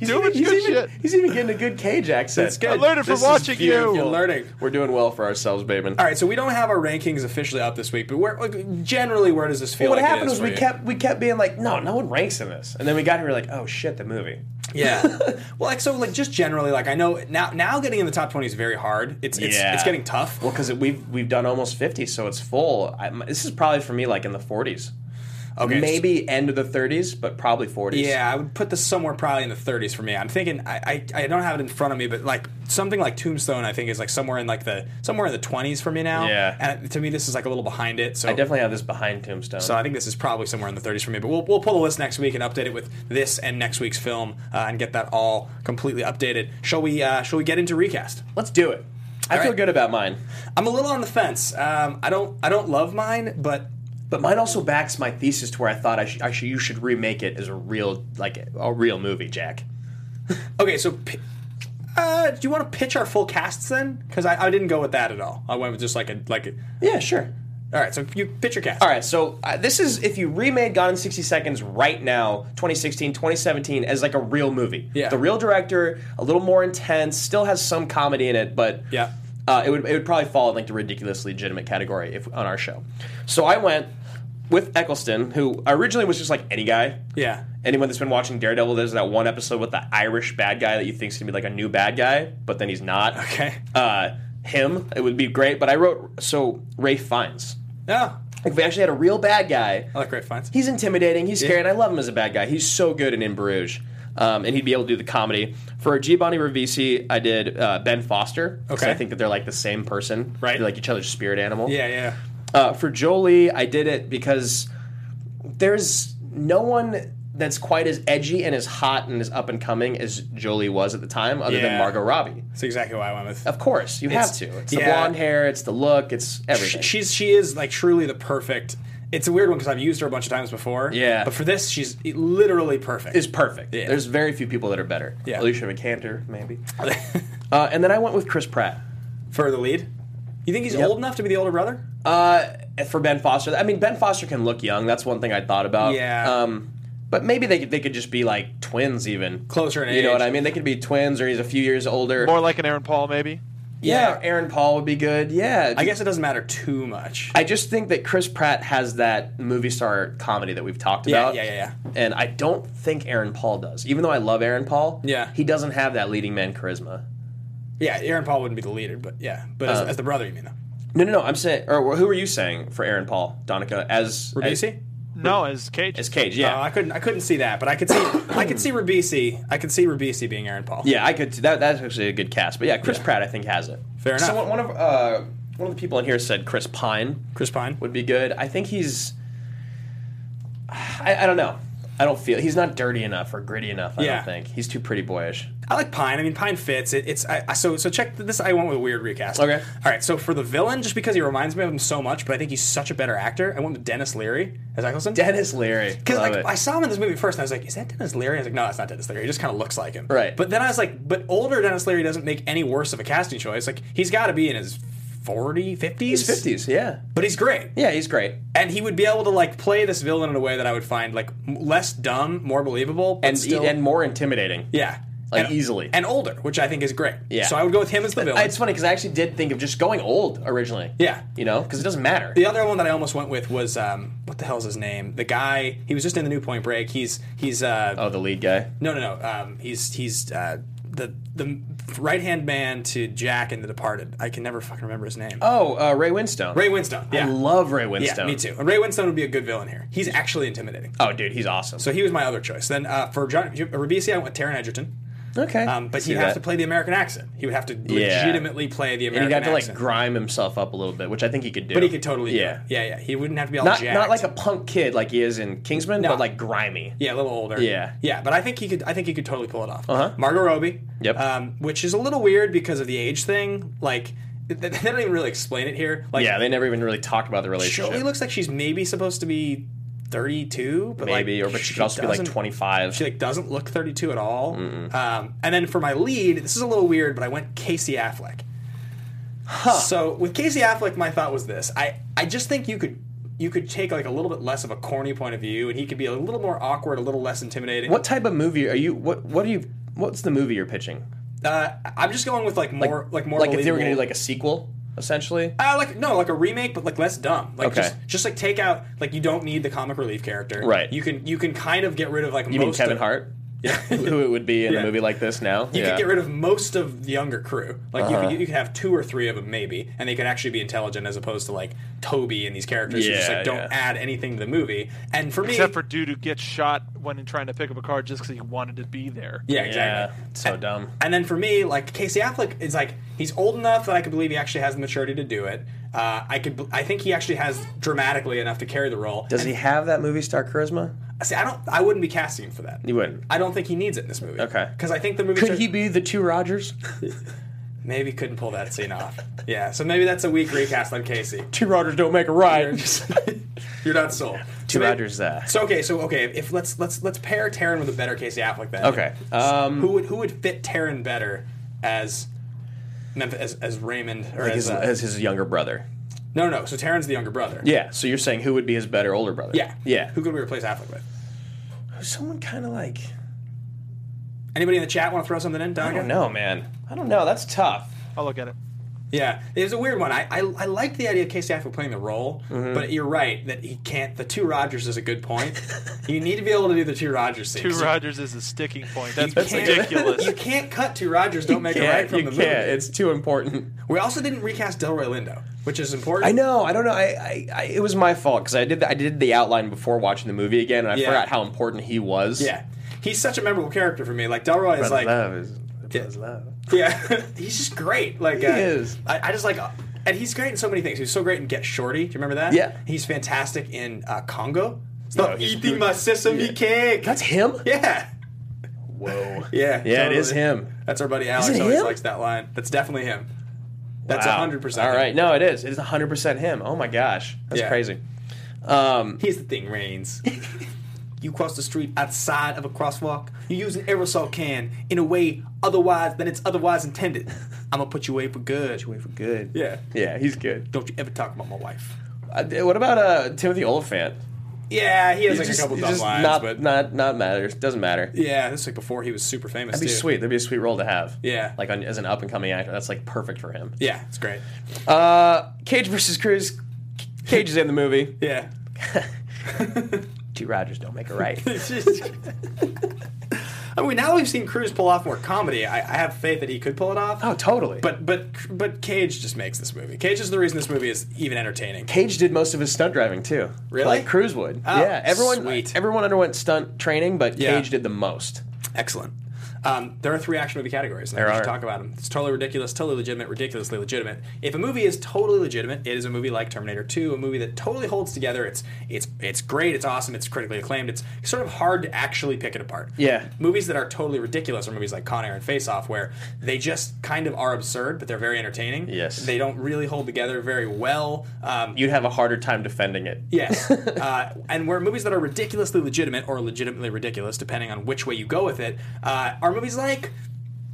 Speaker 3: He's,
Speaker 4: Doing
Speaker 3: even, he's,
Speaker 4: good
Speaker 3: even,
Speaker 4: shit.
Speaker 3: he's even getting a good Cage accent.
Speaker 1: That's good.
Speaker 4: I learned it from
Speaker 3: This is
Speaker 4: watching
Speaker 3: beautiful.
Speaker 4: you.
Speaker 1: You're learning.
Speaker 3: We're doing well for ourselves, baby.
Speaker 1: All right, so we don't have our rankings officially up this week, but where, like, generally, where does this feel
Speaker 3: what
Speaker 1: like? it
Speaker 3: happened
Speaker 1: is
Speaker 3: was
Speaker 1: for
Speaker 3: we
Speaker 1: you?
Speaker 3: kept we kept being like, no, no one ranks in this, and then we got here we're like, oh shit, the movie. <laughs>
Speaker 1: Yeah. well, like so, like just generally, like I know now, now getting in the top twenty is very hard. It's it's,
Speaker 3: Yeah.
Speaker 1: it's getting tough.
Speaker 3: Well, because we've we've done almost fifty, so it's full. I, this is probably for me like in the forties.
Speaker 1: Okay,
Speaker 3: maybe end of the 30s, but probably 40s.
Speaker 1: Yeah, I would put this somewhere probably in the 30s for me. I'm thinking I, I, I don't have it in front of me, but like something like Tombstone, I think is like somewhere in like the somewhere in the 20s for me now.
Speaker 3: Yeah.
Speaker 1: and to me this is like a little behind it. So
Speaker 3: I definitely have this behind Tombstone.
Speaker 1: so I think this is probably somewhere in the 30s for me. But we'll we'll pull the list next week and update it with this and next week's film uh, and get that all completely updated. Shall we uh, Shall we get into recast?
Speaker 3: Let's do it. I
Speaker 1: All
Speaker 3: feel
Speaker 1: right.
Speaker 3: good about mine,
Speaker 1: I'm a little on the fence. Um, I don't I don't love mine, but
Speaker 3: but mine also backs my thesis to where I thought I should, I should you should remake it as a real like a real movie, Jack.
Speaker 1: Okay, so pi- uh, do you want to pitch our full casts then? Because I, I didn't go with that at all. I went with just like a like. A,
Speaker 3: Yeah, sure.
Speaker 1: all right, so you pitch your cast.
Speaker 3: All right, so uh, this is if you remade Gone in 60 Seconds right now, 2016, 2017 as like a real movie.
Speaker 1: Yeah.
Speaker 3: The real director, a little more intense, still has some comedy in it, but
Speaker 1: Yeah.
Speaker 3: Uh, it would it would probably fall in like the ridiculously legitimate category if on our show. So I went with Eccleston, who originally was just like any guy.
Speaker 1: Yeah.
Speaker 3: Anyone that's been watching Daredevil, there's that one episode with the Irish bad guy that you think's gonna be like a new bad guy, but then he's not.
Speaker 1: Okay.
Speaker 3: Uh, him, it would be great. But I wrote so Ray Fiennes.
Speaker 1: Oh,
Speaker 3: Like if we actually had a real bad guy.
Speaker 1: I like Ray Fiennes.
Speaker 3: He's intimidating. He's scary, and I love him as a bad guy. He's so good in In Bruges, um, and he'd be able to do the comedy. For Giovanni Ribisi, I did uh, Ben Foster. 'cause
Speaker 1: Okay.
Speaker 3: I think that they're like the same person.
Speaker 1: Right.
Speaker 3: They're like each other's spirit animal.
Speaker 1: yeah, yeah.
Speaker 3: Uh, for Jolie, I did it because there's no one that's quite as edgy and as hot and as up and coming as Jolie was at the time, other than
Speaker 1: Yeah.
Speaker 3: Margot Robbie.
Speaker 1: That's exactly why I went with.
Speaker 3: Of course, you
Speaker 1: It's-
Speaker 3: have to. It's the
Speaker 1: yeah.
Speaker 3: blonde hair. It's the look. It's
Speaker 1: She,
Speaker 3: everything.
Speaker 1: she's she is like truly the perfect. It's a weird one because I've used her a bunch of times before.
Speaker 3: Yeah.
Speaker 1: but for this, she's literally perfect.
Speaker 3: is perfect.
Speaker 1: Yeah.
Speaker 3: There's very few people that are better.
Speaker 1: Yeah.
Speaker 3: Alicia Vikander,
Speaker 1: <laughs>
Speaker 3: maybe. Uh, and then I went with Chris Pratt
Speaker 1: for the lead. You think he's old enough to be the older brother?
Speaker 3: Uh, for Ben Foster. I mean, Ben Foster can look young. That's one thing I thought about.
Speaker 1: Yeah.
Speaker 3: Um, but maybe they could they could just be like twins, even
Speaker 1: Closer in
Speaker 3: You know what
Speaker 1: age.
Speaker 3: I mean? They could be twins, or he's a few years older.
Speaker 4: More like an Aaron Paul, maybe.
Speaker 3: yeah. or Aaron Paul would be good. Yeah.
Speaker 1: I guess it doesn't matter too much.
Speaker 3: I just think that Chris Pratt has that movie star comedy that we've talked
Speaker 1: Yeah,
Speaker 3: about.
Speaker 1: yeah, yeah, yeah.
Speaker 3: And I don't think Aaron Paul does. Even though I love Aaron Paul,
Speaker 1: Yeah.
Speaker 3: he doesn't have that leading man charisma.
Speaker 1: yeah, Aaron Paul wouldn't be the leader, but yeah, but
Speaker 3: Uh,
Speaker 1: as, as the brother, you mean though?
Speaker 3: No, no, no. I'm saying, or who are you saying for Aaron Paul, Donica, as
Speaker 1: Ribisi?
Speaker 4: No, as Cage.
Speaker 3: as, as Cage? Yeah,
Speaker 1: Oh, I couldn't. I couldn't see that, but I could see. I could see Ribisi. I could see Ribisi being Aaron Paul.
Speaker 3: yeah. I could. That that's actually a good cast. But yeah, Chris Pratt, I think has it.
Speaker 1: Fair enough.
Speaker 3: Someone, one of uh, one of the people in here said Chris Pine
Speaker 1: Chris Pine.
Speaker 3: would be good. I think he's. I, I don't know. I don't feel he's not dirty enough or gritty enough. I
Speaker 1: Yeah.
Speaker 3: don't think he's too pretty boyish.
Speaker 1: I like Pine. I mean, Pine fits. It, it's I, I, so so. Check th- this. I went with a weird recast.
Speaker 3: Okay.
Speaker 1: All right. So for the villain, just because he reminds me of him so much, but I think he's such a better actor. I went with Dennis Leary as Eccleston.
Speaker 3: Dennis Leary.
Speaker 1: Because
Speaker 3: Love
Speaker 1: like
Speaker 3: it.
Speaker 1: I saw him in this movie first, and I was like, "Is that Dennis Leary?" I was like, "No, that's not Dennis Leary. He just kind of looks like him."
Speaker 3: Right.
Speaker 1: But then I was like, "But older Dennis Leary doesn't make any worse of a casting choice. Like he's got to be in his 40, 50s?
Speaker 3: He's 50s, yeah.
Speaker 1: But he's great,
Speaker 3: Yeah, he's great.
Speaker 1: and he would be able to like play this villain in a way that I would find like m- less dumb, more believable, but
Speaker 3: And,
Speaker 1: still,
Speaker 3: and more intimidating.
Speaker 1: yeah,
Speaker 3: like,
Speaker 1: and,
Speaker 3: easily.
Speaker 1: and older, which I think is great.
Speaker 3: Yeah.
Speaker 1: So I would go with him as the villain.
Speaker 3: It's funny because I actually did think of just going old originally.
Speaker 1: Yeah.
Speaker 3: You know, because it doesn't matter.
Speaker 1: The other one that I almost went with was um, what the hell's his name? The guy he was just in the New Point Break. He's he's uh,
Speaker 3: Oh, the lead guy.
Speaker 1: no no no um, he's he's uh, the the right hand man to Jack in The Departed. I can never fucking remember his name.
Speaker 3: Oh, uh, Ray Winstone.
Speaker 1: Ray Winstone. Yeah,
Speaker 3: I love Ray Winstone.
Speaker 1: Yeah, me too. And Ray Winstone would be a good villain here. He's actually intimidating.
Speaker 3: Oh, dude, he's awesome.
Speaker 1: So he was my other choice. Then uh, for John Ribisi, I went with Taron Egerton.
Speaker 3: okay.
Speaker 1: Um, but
Speaker 3: See
Speaker 1: he'd have
Speaker 3: that.
Speaker 1: to play the American accent. He would have to
Speaker 3: Yeah.
Speaker 1: legitimately play the
Speaker 3: And
Speaker 1: American
Speaker 3: he'd have to like
Speaker 1: accent.
Speaker 3: grime himself up a little bit, which I think he could do.
Speaker 1: but he could totally do
Speaker 3: Yeah.
Speaker 1: it. Yeah, yeah. He wouldn't have to be all
Speaker 3: Not
Speaker 1: jacked.
Speaker 3: not like a punk kid like he is in Kingsman,
Speaker 1: No.
Speaker 3: but like grimy.
Speaker 1: Yeah, a little older.
Speaker 3: Yeah.
Speaker 1: yeah, but I think he could. I think he could totally pull it off.
Speaker 3: Uh-huh.
Speaker 1: Margot Robbie.
Speaker 3: Yep.
Speaker 1: Um, which is a little weird because of the age thing. Like, th- they don't even really explain it here. Like,
Speaker 3: yeah, they never even really talked about the relationship.
Speaker 1: Shirley looks like she's maybe supposed to be thirty-two, but
Speaker 3: maybe,
Speaker 1: like,
Speaker 3: or but she could also be like
Speaker 1: doesn't-
Speaker 3: twenty five.
Speaker 1: She like doesn't look thirty-two at all. Um, and then for my lead, this is a little weird, but I went Casey Affleck. So with Casey Affleck, my thought was this: I I just think you could. You could take like a little bit less of a corny point of view, and he could be a little more awkward, a little less intimidating.
Speaker 3: What type of movie are you? What What are you? What's the movie you're pitching?
Speaker 1: Uh, I'm just going with like more like, more
Speaker 3: like if they were gonna do
Speaker 1: believable-
Speaker 3: like a sequel, essentially.
Speaker 1: uh, like no like a remake but like less dumb like
Speaker 3: Okay.
Speaker 1: just just like take out like you don't need the comic relief character
Speaker 3: Right.
Speaker 1: you can you can kind of get rid of like
Speaker 3: You mean
Speaker 1: most
Speaker 3: Kevin
Speaker 1: of, <laughs>
Speaker 3: Hart? Yeah. <laughs> Who it would be in
Speaker 1: Yeah.
Speaker 3: a movie like this now?
Speaker 1: you
Speaker 3: yeah. Uh-huh.
Speaker 1: could get rid of most of the younger crew like you, could, you could have two or three of them maybe and they could actually be intelligent as opposed to like Toby and these characters who just
Speaker 3: Yeah,
Speaker 1: like don't
Speaker 3: yeah.
Speaker 1: add anything to the movie and for me
Speaker 4: Except for dude who gets shot when trying to pick up a car just because he wanted to be there.
Speaker 1: yeah
Speaker 3: Yeah.
Speaker 1: exactly
Speaker 3: So dumb.
Speaker 1: And then for me, like Casey Affleck is like he's old enough that I could believe he actually has the maturity to do it. Uh, I could, I think he actually has dramatically enough to carry the role.
Speaker 3: Does he have that movie star charisma?
Speaker 1: See, I don't, I wouldn't be casting him for that.
Speaker 3: You wouldn't.
Speaker 1: I don't think he needs it in this movie.
Speaker 3: Okay.
Speaker 1: Because I think the movie
Speaker 3: Could he be the two Rogers?
Speaker 1: maybe couldn't pull that scene off. yeah. So maybe that's a weak recast on Casey.
Speaker 3: two Rogers don't make a ride.
Speaker 1: You're not sold. So
Speaker 3: two
Speaker 1: maybe-
Speaker 3: Rogers. Uh,
Speaker 1: So okay, so okay, if let's let's let's pair Taryn with a better Casey Affleck then.
Speaker 3: Okay. Um,
Speaker 1: who would who would fit Taryn better as Memphis as, as Raymond or
Speaker 3: like
Speaker 1: as,
Speaker 3: his,
Speaker 1: uh,
Speaker 3: as his younger brother.
Speaker 1: no no so Taryn's the younger brother.
Speaker 3: Yeah. So you're saying who would be his better older brother?
Speaker 1: Yeah.
Speaker 3: Yeah.
Speaker 1: Who could we replace Affleck with?
Speaker 3: Someone kind of like.
Speaker 1: Anybody in the chat want to throw something in?
Speaker 3: I
Speaker 1: Daga?
Speaker 3: don't know, man. I don't know. That's tough.
Speaker 4: I'll look at it.
Speaker 1: Yeah, it was a weird one. I I, I like the idea of Casey Affleck playing the role,
Speaker 3: Mm-hmm.
Speaker 1: but you're right that he can't. The two Rogers is a good
Speaker 3: <laughs>
Speaker 1: point. you need to be able to do the two Rogers scene.
Speaker 4: Two
Speaker 1: You
Speaker 4: Rogers is a sticking point. That's,
Speaker 1: can't- <laughs>
Speaker 4: ridiculous.
Speaker 1: You can't cut two Rogers. Don't make it
Speaker 3: Yeah,
Speaker 1: right from the
Speaker 3: you can't.
Speaker 1: movie.
Speaker 3: It's too important.
Speaker 1: we also didn't recast Delroy Lindo, which is important.
Speaker 3: I know. I don't know. I, I, I it was my fault because I did the, I did the outline before watching the movie again, and I
Speaker 1: Yeah.
Speaker 3: forgot how important he was.
Speaker 1: Yeah, he's such a memorable character for me. Like Delroy is
Speaker 3: Brother
Speaker 1: like
Speaker 3: love is
Speaker 1: brother's
Speaker 3: love.
Speaker 1: Yeah, <laughs> he's just great. Like he
Speaker 3: is.
Speaker 1: I, I just like, and he's great in so many things. He was so great in Get Shorty. Do you remember that?
Speaker 3: Yeah.
Speaker 1: He's fantastic in uh, Congo. Stop
Speaker 3: he's
Speaker 1: eating
Speaker 3: good.
Speaker 1: my sesame cake.
Speaker 3: That's him.
Speaker 1: yeah,
Speaker 3: Whoa.
Speaker 1: yeah,
Speaker 3: Yeah, it is him.
Speaker 1: That's our buddy Alex.
Speaker 3: it
Speaker 1: always
Speaker 3: him?
Speaker 1: likes that line. That's definitely him. That's
Speaker 3: Wow.
Speaker 1: hundred percent.
Speaker 3: All right. No, it is. It is hundred percent him. Oh my gosh, that's
Speaker 1: Yeah.
Speaker 3: crazy. Um,
Speaker 1: Here's the thing,
Speaker 3: <laughs>
Speaker 1: Reigns. you cross the street outside of a crosswalk. You use an aerosol can in a way otherwise than it's otherwise
Speaker 3: <laughs>
Speaker 1: intended. I'm gonna put you away for good.
Speaker 3: wait for good.
Speaker 1: Yeah.
Speaker 3: Yeah, he's good.
Speaker 1: Don't you ever talk about my wife.
Speaker 3: Uh, what about uh, Timothy Oliphant?
Speaker 1: Yeah, he has
Speaker 3: He's
Speaker 1: like
Speaker 3: just-
Speaker 1: a couple
Speaker 3: he's
Speaker 1: dumb
Speaker 3: just
Speaker 1: lines,
Speaker 3: not,
Speaker 1: but
Speaker 3: not not matters. Doesn't matter.
Speaker 1: yeah, this is like before he was super famous.
Speaker 3: That'd be
Speaker 1: too.
Speaker 3: sweet. That'd be a sweet role to have.
Speaker 1: Yeah.
Speaker 3: Like on, as an up and coming actor, that's like perfect for him.
Speaker 1: Yeah, it's great.
Speaker 3: Uh, Cage versus Cruz. Cage is in the movie. <laughs>
Speaker 1: Yeah,
Speaker 3: Two Rogers don't make
Speaker 1: <laughs>
Speaker 3: a right.
Speaker 1: I mean, now that we've seen Cruz pull off more comedy. I, I have faith that he could pull it off.
Speaker 3: oh, totally. But
Speaker 1: But but but Cage just makes this movie. Cage is the reason this movie is even entertaining.
Speaker 3: Cage did most of his stunt driving too.
Speaker 1: Really?
Speaker 3: Like Cruz would.
Speaker 1: Oh,
Speaker 3: yeah. Everyone
Speaker 1: sweet.
Speaker 3: everyone underwent stunt training, but
Speaker 1: Yeah.
Speaker 3: Cage did the most.
Speaker 1: Excellent. Um, there are three action movie categories. And I
Speaker 3: There
Speaker 1: think we should
Speaker 3: are.
Speaker 1: talk about them. It's totally ridiculous, totally legitimate, ridiculously legitimate. If a movie is totally legitimate, it is a movie like Terminator 2, a movie that totally holds together. It's it's it's great. It's awesome. It's critically acclaimed. It's sort of hard to actually pick it apart.
Speaker 12: Yeah.
Speaker 1: Movies that are totally ridiculous are movies like Con Air and Face Off, where they just kind of are absurd, but they're very entertaining.
Speaker 3: Yes.
Speaker 1: They don't really hold together very well. Um,
Speaker 3: You'd have a harder time defending it.
Speaker 1: Yes. uh, and where movies that are ridiculously legitimate or legitimately ridiculous, depending on which way you go with it, uh, are movies like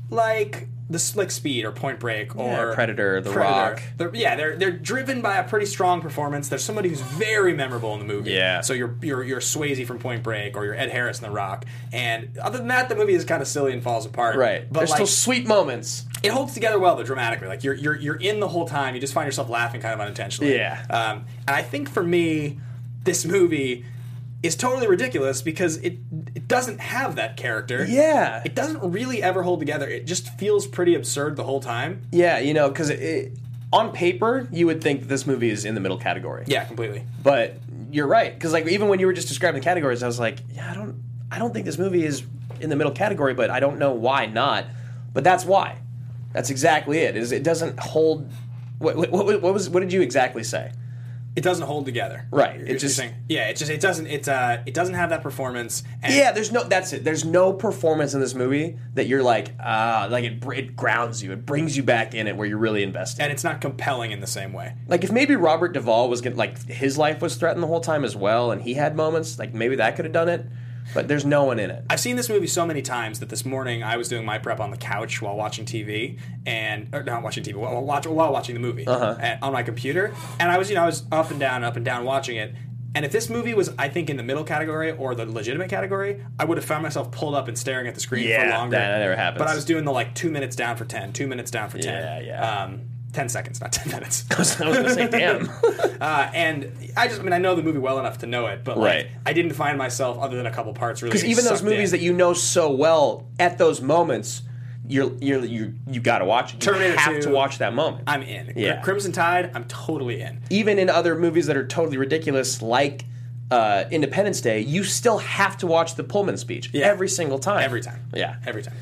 Speaker 1: like the s- like Speed or Point Break or
Speaker 3: Yeah, Predator, The Rock.
Speaker 1: They're, yeah, they're they're driven by a pretty strong performance. There's somebody who's very memorable in the movie.
Speaker 3: Yeah.
Speaker 1: So you're you're you're Swayze from Point Break or you're Ed Harris in The Rock. And other than that, the movie is kind of silly and falls apart.
Speaker 3: Right.
Speaker 1: But
Speaker 3: There's
Speaker 1: like,
Speaker 3: still sweet moments.
Speaker 1: it holds together well though dramatically like you're, you're you're in the whole time you just find yourself laughing kind of unintentionally
Speaker 3: Yeah.
Speaker 1: um, and i think for me this movie is totally ridiculous because it it doesn't have that character
Speaker 3: Yeah.
Speaker 1: it doesn't really ever hold together it just feels pretty absurd the whole time
Speaker 3: Yeah, you know, because it, it, on paper, you would think that this movie is in the middle category.
Speaker 1: yeah completely
Speaker 3: But you're right, because like even when you were just describing the categories, I was like, yeah, I don't, I don't think this movie is in the middle category, but I don't know why not. But that's why. That's exactly it. Is it doesn't hold. What, what, what what was what did you exactly say?
Speaker 1: it doesn't hold together
Speaker 3: Right,
Speaker 1: You're-
Speaker 3: it
Speaker 1: you're
Speaker 3: just-
Speaker 1: saying- yeah it just it doesn't it uh it doesn't have that performance and
Speaker 3: Yeah, there's no. That's it. There's no performance in this movie that you're like, ah, like it, br- it grounds you. It brings you back in it where you're really invested.
Speaker 1: and it's not compelling in the same way
Speaker 3: Like if maybe Robert Duvall was getting like his life was threatened the whole time as well, and he had moments like maybe that could have done it, but there's no one in it.
Speaker 1: I've seen this movie so many times that this morning I was doing my prep on the couch while watching TV and or not watching TV while, watch, while watching the movie
Speaker 3: Uh-huh.
Speaker 1: at- on my computer, and I was you know I was up and down, up and down watching it. And if this movie was, I think, in the middle category or the legitimate category, I would have found myself pulled up and staring at the screen
Speaker 3: Yeah,
Speaker 1: for longer.
Speaker 3: that- that never happens.
Speaker 1: But I was doing the like two minutes down for ten, two minutes down for ten.
Speaker 3: Yeah, yeah.
Speaker 1: Um, ten seconds, not ten <laughs>
Speaker 3: <laughs>
Speaker 1: minutes.
Speaker 3: I was gonna say, damn.
Speaker 1: uh, and I just, I mean, I know the movie well enough to know it, but like,
Speaker 3: Right.
Speaker 1: I didn't find myself other than a couple parts really.
Speaker 3: Because even those movies that you know so well, at those moments, you're you're you you got to watch. it. You
Speaker 1: Terminator
Speaker 3: have
Speaker 1: 2.
Speaker 3: to watch that moment.
Speaker 1: I'm in.
Speaker 3: Yeah.
Speaker 1: Crimson Tide, I'm totally in.
Speaker 3: even in other movies that are totally ridiculous, like uh, Independence Day, you still have to watch the Pullman speech
Speaker 1: Yeah.
Speaker 3: every single time.
Speaker 1: Every time.
Speaker 3: Yeah.
Speaker 1: Every time.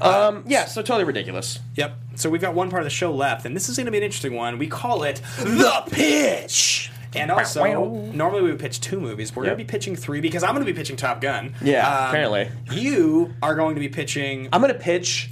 Speaker 3: Um, yeah. So totally ridiculous.
Speaker 1: Yep. So we've got one part of the show left, and this is going to be an interesting one. We call it The Pitch. And also, normally we would pitch two movies. We're going
Speaker 3: Yep.
Speaker 1: to be pitching three because I'm going to be pitching Top Gun. Um,
Speaker 3: Yeah, apparently.
Speaker 1: You are going to be pitching
Speaker 3: I'm gonna pitch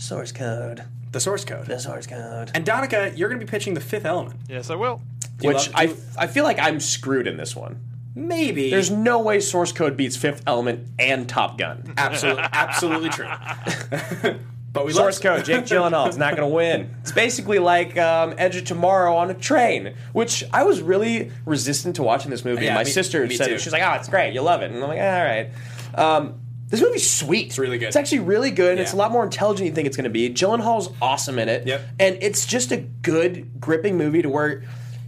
Speaker 3: source code.
Speaker 1: The Source Code.
Speaker 3: The source code.
Speaker 1: And Donica, you're going to be pitching The Fifth Element.
Speaker 4: Yes, I will.
Speaker 1: you
Speaker 3: Which
Speaker 1: love- do
Speaker 3: I,
Speaker 1: you-
Speaker 3: I feel like I'm screwed in this one.
Speaker 1: Maybe.
Speaker 3: There's no way Source Code beats Fifth Element and Top Gun.
Speaker 1: absolutely, absolutely
Speaker 3: <laughs>
Speaker 1: true. <laughs> but we
Speaker 3: Source
Speaker 1: love
Speaker 3: Code, Jake Gyllenhaal's not going to win. It's basically like um, Edge of Tomorrow on a train, which I was really resistant to watching this movie.
Speaker 1: Yeah,
Speaker 3: My
Speaker 1: me-
Speaker 3: sister
Speaker 1: me
Speaker 3: said
Speaker 1: too.
Speaker 3: it. She's like, "Oh, it's great. You'll love it." And I'm like, "All right." Um, this movie's sweet. It's
Speaker 1: really good.
Speaker 3: It's actually really good. and It's a
Speaker 1: Yeah.
Speaker 3: lot more intelligent than you think it's going to be. Gyllenhaal's awesome in it.
Speaker 1: Yep.
Speaker 3: And it's just a good, gripping movie to where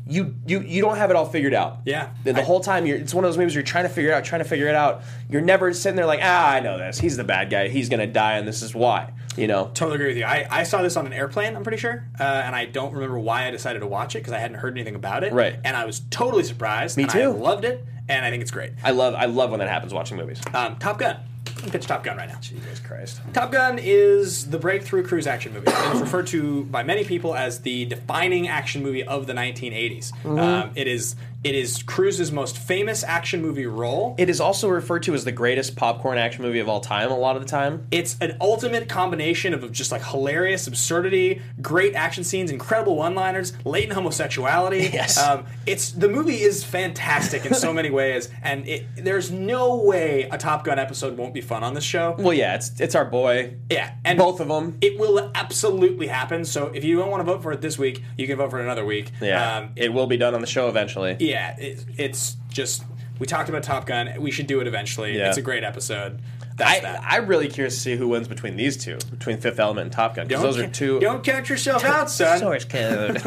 Speaker 3: you you you don't have it all figured out.
Speaker 1: Yeah.
Speaker 3: The, the
Speaker 1: I-
Speaker 3: whole time you're it's one of those movies where you're trying to figure it out, trying to figure it out. You're never sitting there like, ah, I know this. He's the bad guy. He's gonna die, and this is why. You know.
Speaker 1: Totally agree with you. I, I saw this on an airplane, I'm pretty sure, uh, and I don't remember why I decided to watch it because I hadn't heard anything about it.
Speaker 3: Right.
Speaker 1: And I was totally surprised.
Speaker 3: Me
Speaker 1: and I
Speaker 3: too.
Speaker 1: loved it, and I think it's great.
Speaker 3: I love I love when that happens watching movies.
Speaker 1: Um, Top Gun. I'm gonna pitch Top Gun right now.
Speaker 3: Jesus Christ.
Speaker 1: Top Gun is the breakthrough cruise action movie. It is referred to by many people as the defining action movie of the 1980s.
Speaker 3: Mm-hmm.
Speaker 1: Um, it is it is Cruise's most famous action movie role.
Speaker 3: It is also referred to as the greatest popcorn action movie of all time. A lot of the time.
Speaker 1: it's an ultimate combination of just like hilarious absurdity, great action scenes, incredible one-liners, latent homosexuality.
Speaker 3: <laughs> Yes.
Speaker 1: um, it's the movie is fantastic in
Speaker 3: <laughs>
Speaker 1: so many ways, and it, there's no way a Top Gun episode won't be fun on this show.
Speaker 3: Well, yeah, it's it's our boy.
Speaker 1: Yeah, and
Speaker 3: both of them.
Speaker 1: It will absolutely happen. So if you don't want to vote for it this week, you can vote for it another week.
Speaker 3: yeah.
Speaker 1: um,
Speaker 3: it will be done on the show eventually.
Speaker 1: yeah. It, it's just we talked about Top Gun. We should do it eventually.
Speaker 3: Yeah.
Speaker 1: It's a great episode. That's
Speaker 3: I,
Speaker 1: that.
Speaker 3: I'm really curious to see who wins between these two, between Fifth Element and Top Gun, because those are
Speaker 1: ca-
Speaker 3: 2 <laughs>
Speaker 1: Don't count yourself out, son.
Speaker 3: source code.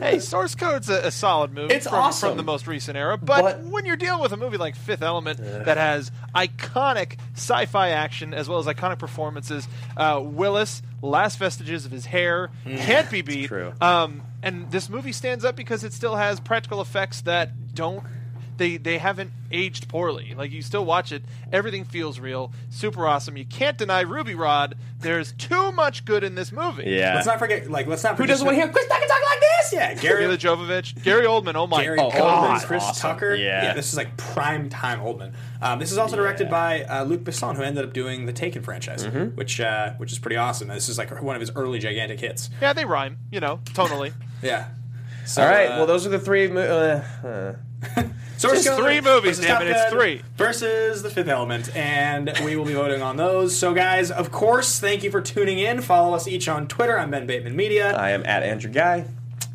Speaker 4: Hey, Source Code's a, a solid movie.
Speaker 3: It's
Speaker 4: from,
Speaker 3: awesome.
Speaker 4: from the most recent era, but,
Speaker 3: But-
Speaker 4: when you're dealing with a movie like Fifth Element that has iconic sci-fi action as well as iconic performances, uh, Willis, last vestiges of his hair, can't be beat.
Speaker 3: Hmm. true.
Speaker 4: Um, and this movie stands up because it still has practical effects that don't. they they haven't aged poorly. Like you still watch it, everything feels real, super awesome. You can't deny Ruby Rod. There's too much good in this movie.
Speaker 13: Yeah.
Speaker 1: Let's not forget. Like, let's not. Forget
Speaker 13: doesn't wanna hear
Speaker 1: Chris Tucker talk like this? Yeah, Gary.
Speaker 4: Mila Jovovich, Gary Oldman. Oh my
Speaker 1: Gary
Speaker 4: god,
Speaker 1: Oldman, Chris
Speaker 13: awesome.
Speaker 1: Tucker.
Speaker 13: Yeah.
Speaker 1: this is like prime time Oldman. Um, this is also directed by uh, Luc Besson, who ended up doing the Taken franchise, which uh, which is pretty awesome. This is like one of his early gigantic hits.
Speaker 4: Yeah, they rhyme. You know, tonally.
Speaker 1: Yeah. So,
Speaker 3: All right.
Speaker 1: uh,
Speaker 3: well, those are the three. Mo- uh, uh.
Speaker 1: so we're
Speaker 4: just
Speaker 1: gonna-
Speaker 4: three movies,
Speaker 1: versus
Speaker 4: damn
Speaker 1: Top
Speaker 4: it, it's
Speaker 1: Gun
Speaker 4: three.
Speaker 1: versus The Fifth Element, and we will be voting on those. So, guys, of course, thank you for tuning in. Follow us each on Twitter. I'm Ben Bateman Media.
Speaker 3: I am at Andrew Guy.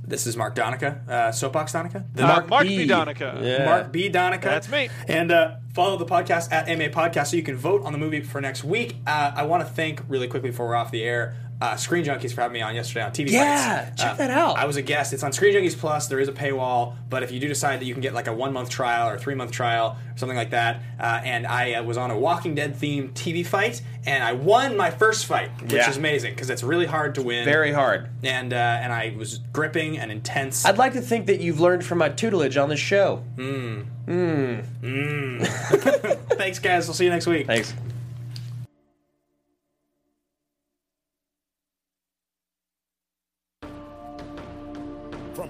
Speaker 1: This is Mark Donica, uh, Soapbox Donica, the
Speaker 4: Uh,
Speaker 1: Mark, E.
Speaker 4: Mark
Speaker 3: B.
Speaker 4: B. Donica.
Speaker 3: Uh,
Speaker 1: Mark B. Donica.
Speaker 4: That's me.
Speaker 1: And uh, follow the podcast at MA Podcast so you can vote on the movie for next week. Uh, I want to thank really quickly before we're off the air. Uh, Screen Junkies for having me on yesterday on TV.
Speaker 3: Yeah,
Speaker 1: Bites.
Speaker 3: check
Speaker 1: Uh,
Speaker 3: that out.
Speaker 1: I was a guest. It's on Screen Junkies Plus. There is a paywall, but if you do decide that you can get like a one month trial or a three month trial or something like that, uh, and I uh, was on a Walking Dead themed TV fight, and I won my first fight, which
Speaker 3: Yeah.
Speaker 1: is amazing because it's really hard to win.
Speaker 3: Very hard.
Speaker 1: And uh, and I was gripping and intense.
Speaker 3: I'd like to think that you've learned from my tutelage on this show.
Speaker 1: Thanks, guys. We'll see you next week.
Speaker 3: Thanks.
Speaker 2: From